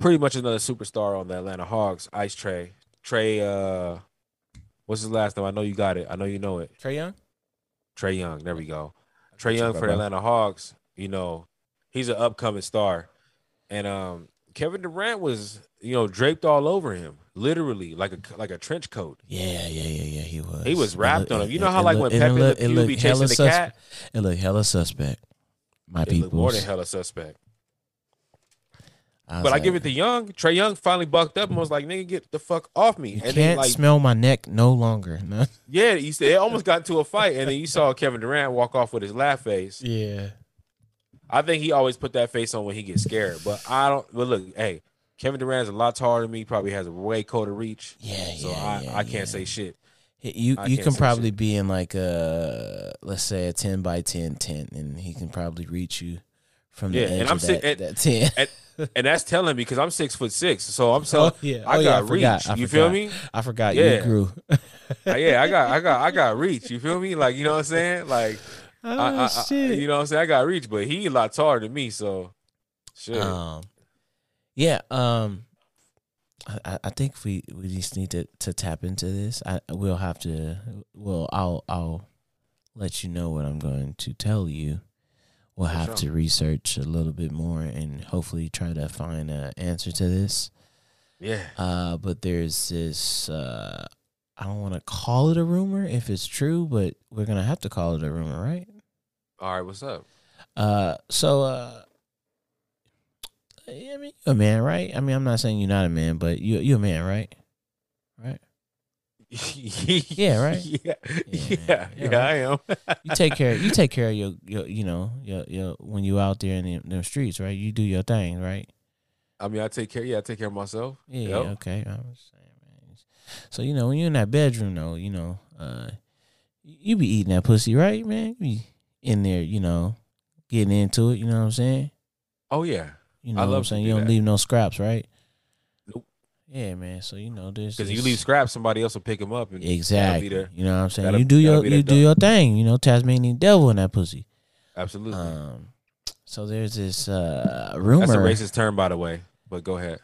Speaker 1: pretty much another superstar on the Atlanta Hawks. Ice Trey, Trey. Uh, what's his last name? I know you got it. I know you know it.
Speaker 2: Trey Young.
Speaker 1: Trey Young. There we go. Trey Young for the
Speaker 2: Bye-bye.
Speaker 1: Atlanta Hawks, you know, he's an upcoming star. And um Kevin Durant was, you know, draped all over him, literally like a like a trench coat.
Speaker 2: Yeah, yeah, yeah, yeah. He was.
Speaker 1: He was
Speaker 2: It
Speaker 1: wrapped
Speaker 2: look-
Speaker 1: on him. You
Speaker 2: it-
Speaker 1: know
Speaker 2: it-
Speaker 1: how
Speaker 2: it
Speaker 1: like
Speaker 2: look-
Speaker 1: when
Speaker 2: it
Speaker 1: Pepe Le
Speaker 2: look- it
Speaker 1: Pew
Speaker 2: look
Speaker 1: be
Speaker 2: hella
Speaker 1: chasing the
Speaker 2: sus-
Speaker 1: cat,
Speaker 2: It looked hella suspect. My
Speaker 1: it looked more
Speaker 2: people.
Speaker 1: than hella suspect. But I give it to Young. Trey Young finally bucked up and was like, "Nigga, get the fuck off me!"
Speaker 2: You
Speaker 1: and then
Speaker 2: can't
Speaker 1: like,
Speaker 2: smell my neck no longer. No.
Speaker 1: yeah, you said it almost got into a fight, and then you saw Kevin Durant walk off with his laugh face.
Speaker 2: Yeah.
Speaker 1: I think he always put that face on when he gets scared. But I don't. But look, hey, Kevin Durant's a lot taller than me. Probably has a way colder reach.
Speaker 2: Yeah.
Speaker 1: So
Speaker 2: yeah,
Speaker 1: I,
Speaker 2: yeah,
Speaker 1: I can't
Speaker 2: yeah.
Speaker 1: say shit.
Speaker 2: Hey, You
Speaker 1: I
Speaker 2: you
Speaker 1: can't
Speaker 2: can
Speaker 1: say
Speaker 2: probably be in like a let's say a ten by 10 tent, and he can probably reach you from the
Speaker 1: Yeah,
Speaker 2: edge
Speaker 1: and
Speaker 2: of
Speaker 1: I'm sit-
Speaker 2: that,
Speaker 1: and-
Speaker 2: that tent.
Speaker 1: And that's telling because I'm six foot six. So I'm telling.
Speaker 2: yeah.
Speaker 1: I
Speaker 2: Oh, yeah,
Speaker 1: got
Speaker 2: I
Speaker 1: reach.
Speaker 2: forgot, I
Speaker 1: you feel
Speaker 2: forgot.
Speaker 1: me?
Speaker 2: I forgot you
Speaker 1: Yeah.
Speaker 2: grew.
Speaker 1: Uh, yeah, I got, I got, I got reach. You feel me? Like you know what I'm saying? Like
Speaker 2: oh
Speaker 1: I, I, I-
Speaker 2: shit.
Speaker 1: you know what I'm saying? I got reach, but he a lot taller than me. So shit.
Speaker 2: Um, yeah. Um, I- I, I think we, we just need to, to tap into this. I we'll have to. Well, I'll I'll let you know what I'm going to tell you. We'll
Speaker 1: For
Speaker 2: have
Speaker 1: sure.
Speaker 2: to research a little bit more and hopefully try to find an answer to this.
Speaker 1: yeah.
Speaker 2: Uh, but there's this. Uh, I don't want to call it a rumor if it's true, but we're gonna have to call it a rumor, right?
Speaker 1: All right. What's up?
Speaker 2: Uh, so uh, I mean, a man, right? I mean, I'm not saying you're not a man, but you you a man, right? Right? Yeah, right?
Speaker 1: Yeah.
Speaker 2: Yeah,
Speaker 1: Yeah.
Speaker 2: yeah,
Speaker 1: Yeah,
Speaker 2: right.
Speaker 1: I am.
Speaker 2: You take care. You take care of your, your you know your your when you out there in the, them streets, right? You do your thing, right?
Speaker 1: I mean, I take care. Yeah, I take care of myself.
Speaker 2: Yeah.
Speaker 1: Yep.
Speaker 2: Okay. I was saying, man. So you know when you're in that bedroom, though, you know, uh, you be eating that pussy, right, man? You be in there, you know, getting into it. You know what I'm saying?
Speaker 1: Oh yeah.
Speaker 2: You know
Speaker 1: I
Speaker 2: what I'm
Speaker 1: love to
Speaker 2: saying?
Speaker 1: do
Speaker 2: you don't
Speaker 1: that.
Speaker 2: leave no scraps, right?
Speaker 1: Nope.
Speaker 2: Yeah, man. So you know this
Speaker 1: Because you leave scraps, somebody else will pick them up. And
Speaker 2: Exactly.
Speaker 1: there.
Speaker 2: You know what I'm saying?
Speaker 1: That'll-
Speaker 2: you do
Speaker 1: that'll
Speaker 2: your
Speaker 1: be the
Speaker 2: you do
Speaker 1: dog.
Speaker 2: your thing. You know Tasmanian devil in that pussy.
Speaker 1: Absolutely.
Speaker 2: Um, So there's this uh, rumor.
Speaker 1: That's a racist term, by the way. But go ahead.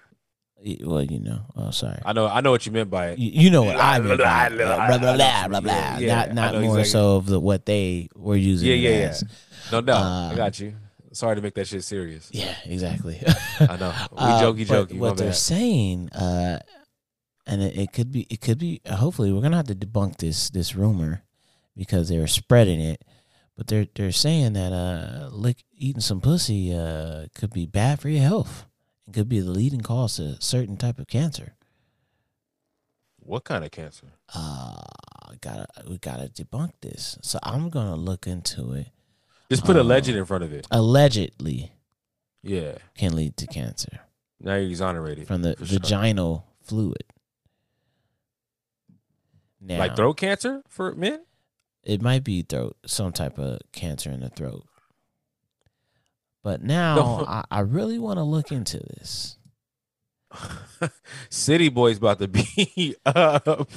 Speaker 2: Y- Well, you know. Oh, sorry.
Speaker 1: I know. I know what you meant by it.
Speaker 2: You, you know what I mean. by it.
Speaker 1: Blah, blah, blah,
Speaker 2: Blah blah
Speaker 1: blah,
Speaker 2: blah
Speaker 1: blah,
Speaker 2: blah.
Speaker 1: yeah,
Speaker 2: blah.
Speaker 1: yeah. I
Speaker 2: Not not
Speaker 1: know
Speaker 2: more
Speaker 1: exactly.
Speaker 2: so of the what they were using.
Speaker 1: Yeah,
Speaker 2: it
Speaker 1: yeah, yeah.
Speaker 2: as.
Speaker 1: No doubt. I
Speaker 2: Uh,
Speaker 1: got you. Sorry to make that shit serious.
Speaker 2: Yeah, exactly.
Speaker 1: I know. We
Speaker 2: Uh,
Speaker 1: jokey
Speaker 2: but
Speaker 1: jokey. My
Speaker 2: What they're
Speaker 1: bad.
Speaker 2: saying, uh, and it, it could be, it could be. Hopefully, we're gonna have to debunk this this rumor because they're spreading it. But they're they're saying that uh, lick eating some pussy uh could be bad for your health. It could be the leading cause to certain type of cancer.
Speaker 1: What kind of cancer?
Speaker 2: Uh, gotta we gotta debunk this. So I'm gonna look into it.
Speaker 1: Just put a
Speaker 2: Uh,
Speaker 1: legend in front of it.
Speaker 2: Allegedly,
Speaker 1: Yeah.
Speaker 2: can lead to cancer
Speaker 1: Now you're exonerated.
Speaker 2: from the
Speaker 1: For sure.
Speaker 2: vaginal fluid. Now,
Speaker 1: Like throat cancer for men?
Speaker 2: it might be throat some type of cancer in the throat but now
Speaker 1: No.
Speaker 2: I, I really want to look into this
Speaker 1: City boy's about to be up.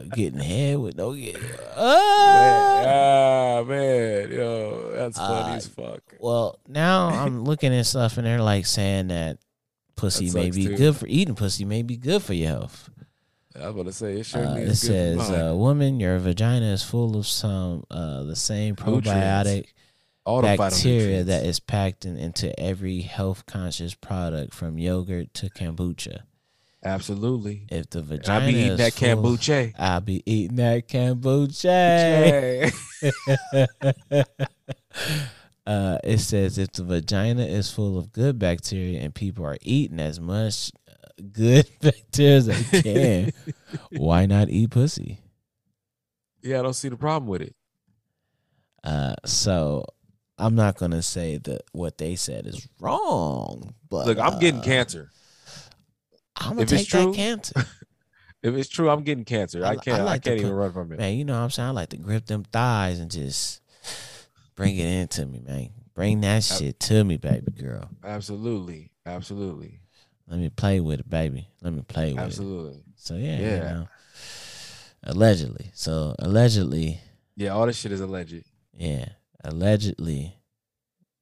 Speaker 2: getting head with no get uh,
Speaker 1: Man, ah, man, yo, that's funny
Speaker 2: Uh,
Speaker 1: as fuck.
Speaker 2: well now i'm looking at stuff and they're like saying that pussy
Speaker 1: That
Speaker 2: may
Speaker 1: sucks
Speaker 2: be
Speaker 1: too.
Speaker 2: good for eating pussy may be good for your health
Speaker 1: I'm about to say it sure
Speaker 2: Uh,
Speaker 1: needs
Speaker 2: it
Speaker 1: good
Speaker 2: says
Speaker 1: for mine.
Speaker 2: uh, woman your vagina is full of some uh the same
Speaker 1: Nutrients.
Speaker 2: probiotic
Speaker 1: all the
Speaker 2: bacteria
Speaker 1: phytonutrients.
Speaker 2: that is packed in, into every health conscious product from yogurt to kombucha.
Speaker 1: absolutely.
Speaker 2: If the
Speaker 1: And I
Speaker 2: vagina
Speaker 1: be eating
Speaker 2: is
Speaker 1: that
Speaker 2: full-
Speaker 1: kombucha.
Speaker 2: I be eating that kombucha. uh, it says if the vagina is full of good bacteria and people are eating as much uh, good bacteria as they can, why not eat pussy?
Speaker 1: yeah, I don't see the problem with it.
Speaker 2: Uh, so I'm not gonna say that what they said is wrong, but
Speaker 1: Look, I'm getting
Speaker 2: uh,
Speaker 1: cancer.
Speaker 2: I'm gonna
Speaker 1: If it's
Speaker 2: take that
Speaker 1: true,
Speaker 2: cancer.
Speaker 1: If it's true, I'm getting cancer.
Speaker 2: I
Speaker 1: I
Speaker 2: li- I
Speaker 1: can't. I,
Speaker 2: like to
Speaker 1: can't even
Speaker 2: put-
Speaker 1: run from it.
Speaker 2: Man, you know what I'm saying? I like to grip them thighs and just bring it into me, man. Bring that
Speaker 1: I-
Speaker 2: shit to me, baby girl.
Speaker 1: Absolutely, absolutely,
Speaker 2: Let me play with it, baby. Let me play with it.
Speaker 1: absolutely.
Speaker 2: So yeah, you
Speaker 1: Yeah.
Speaker 2: know. Allegedly. So allegedly,
Speaker 1: Yeah, all this shit is alleged.
Speaker 2: yeah. Allegedly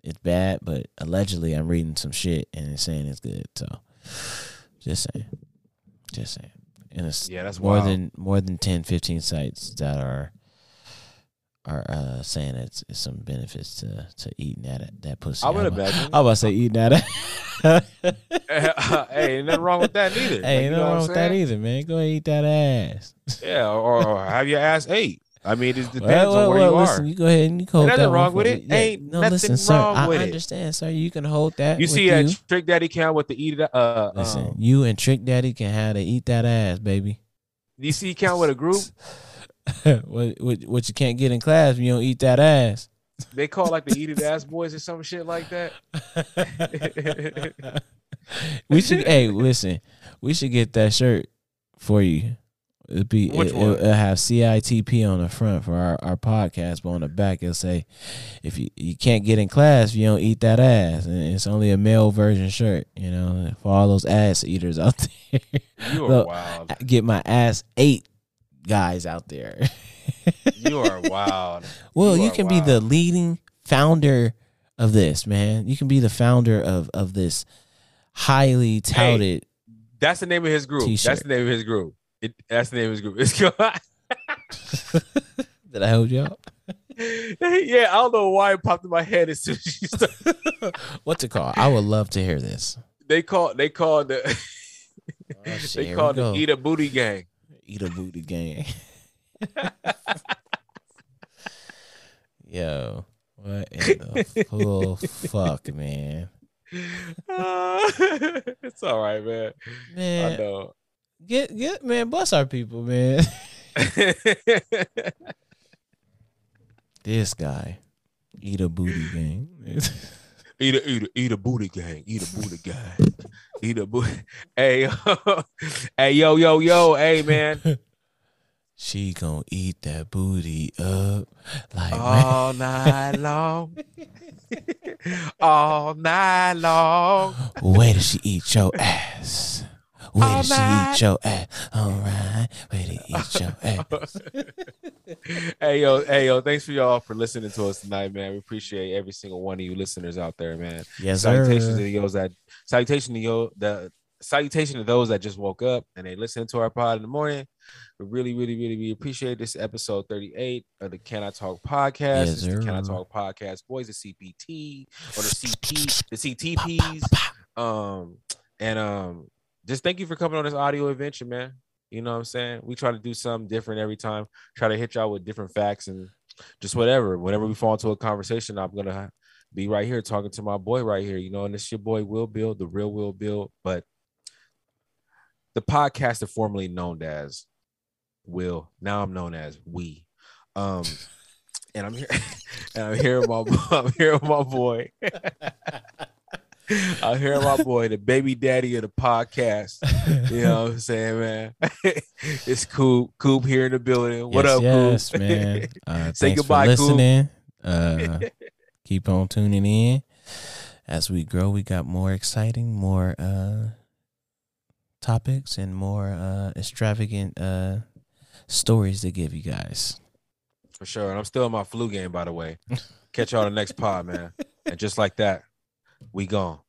Speaker 2: it's bad, but allegedly I'm reading some shit and it's saying it's good. So just saying. Just saying. And it's
Speaker 1: Yeah, that's
Speaker 2: more
Speaker 1: wild.
Speaker 2: than more than 10 15 sites that are are uh, saying it's, it's some benefits to to eating that that pussy.
Speaker 1: I would
Speaker 2: I'm about-
Speaker 1: imagine.
Speaker 2: I'm about to say eating that.
Speaker 1: hey, ain't nothing wrong with that neither. Like,
Speaker 2: Hey, ain't
Speaker 1: you know what
Speaker 2: nothing
Speaker 1: I'm
Speaker 2: wrong with that
Speaker 1: saying?
Speaker 2: either, man. Go ahead and eat that ass.
Speaker 1: Yeah, or, or have your ass ate. I mean, it depends on where you
Speaker 2: listen,
Speaker 1: are.
Speaker 2: you go ahead and you can hold
Speaker 1: nothing
Speaker 2: that one
Speaker 1: wrong
Speaker 2: for
Speaker 1: with
Speaker 2: me.
Speaker 1: it.
Speaker 2: Yeah,
Speaker 1: Ain't
Speaker 2: no,
Speaker 1: nothing
Speaker 2: listen, sir.
Speaker 1: wrong
Speaker 2: I
Speaker 1: with it.
Speaker 2: understand, sir. You can hold that.
Speaker 1: You
Speaker 2: with
Speaker 1: see
Speaker 2: you.
Speaker 1: that trick daddy count with the eat it. Uh,
Speaker 2: Listen,
Speaker 1: um,
Speaker 2: you and Trick Daddy can have to eat that ass, baby.
Speaker 1: you see he count with a group.
Speaker 2: what, what what you can't get in class when you don't eat that ass.
Speaker 1: They call like the eat it ass boys or some shit like that.
Speaker 2: we should hey listen we should get that shirt for you it'd be
Speaker 1: Which
Speaker 2: it,
Speaker 1: one?
Speaker 2: will it'll have citp on the front for our, our podcast but on the back it'll say if you, you can't get in class if you don't eat that ass and it's only a male version shirt you know for all those ass eaters out there
Speaker 1: You are
Speaker 2: Look,
Speaker 1: wild.
Speaker 2: get my ass ate guys out there
Speaker 1: You are wild.
Speaker 2: well
Speaker 1: You
Speaker 2: you,
Speaker 1: are
Speaker 2: can be the
Speaker 1: wild.
Speaker 2: leading founder of this man you can be the founder of of this highly touted
Speaker 1: That's the name of his group.
Speaker 2: T-shirt.
Speaker 1: That's the name of his group. It, that's the name of his group. It's called.
Speaker 2: Did I hold you up?
Speaker 1: yeah, I don't know why it popped in my head as soon as she started.
Speaker 2: What's it called? I would love to hear this.
Speaker 1: They call they call the
Speaker 2: Oh, shit,
Speaker 1: they
Speaker 2: here we
Speaker 1: call
Speaker 2: go.
Speaker 1: the eat a booty gang.
Speaker 2: Eat a booty gang. Yo, what in the full fuck, man?
Speaker 1: Uh, it's all right, man. I
Speaker 2: Man,
Speaker 1: know.
Speaker 2: get get man, bust our people, man. This guy, eat a booty gang.
Speaker 1: eat a eat a eat a booty gang. Eat a booty gang. Eat a booty. Hey, hey, yo, yo, yo, hey, man.
Speaker 2: she gonna eat that booty up like man.
Speaker 1: All night long. All night long.
Speaker 2: Where did she eat your ass? Where
Speaker 1: All
Speaker 2: did she
Speaker 1: night.
Speaker 2: eat your ass? All right. Where did eat your ass.
Speaker 1: hey yo, hey yo, thanks for y'all for listening to us tonight, man. We appreciate every single one of you listeners out there, man.
Speaker 2: Yes,
Speaker 1: salutations to
Speaker 2: sir.
Speaker 1: those that salutation to yo the salutation to those that just woke up and they listen to our pod in the morning. We really, really, really, we appreciate this episode 38 of the Can I Talk podcast.
Speaker 2: Yes,
Speaker 1: It's the Can I
Speaker 2: sir.
Speaker 1: Talk podcast boys, the CPT or the CT, the CTPs. Um, and um, just thank you for coming on this audio adventure, man. You know what I'm saying? We try to do something different every time, try to hit y'all with different facts and just whatever. Whenever we fall into a conversation, I'm gonna ha- be right here talking to my boy right here, you know, and this your boy Will Bill, the real Will Bill, but the podcaster formerly known as Will. Now I'm known as We. Um and I'm here and I'm here with my I'm here with my boy. I'm here with my boy, the baby daddy of the podcast. You know what I'm saying, man? it's Coop. Coop here in the building. What
Speaker 2: Yes,
Speaker 1: up,
Speaker 2: yes,
Speaker 1: Coop?
Speaker 2: man. Uh,
Speaker 1: Say
Speaker 2: thanks
Speaker 1: goodbye,
Speaker 2: for
Speaker 1: Coop.
Speaker 2: listening. Uh, keep on tuning in. As we grow, we got more exciting, more uh, topics, and more uh, extravagant uh, stories to give you guys.
Speaker 1: For sure. And I'm still in my flu game, by the way. Catch y'all the next pod, man. And just like that, we gone.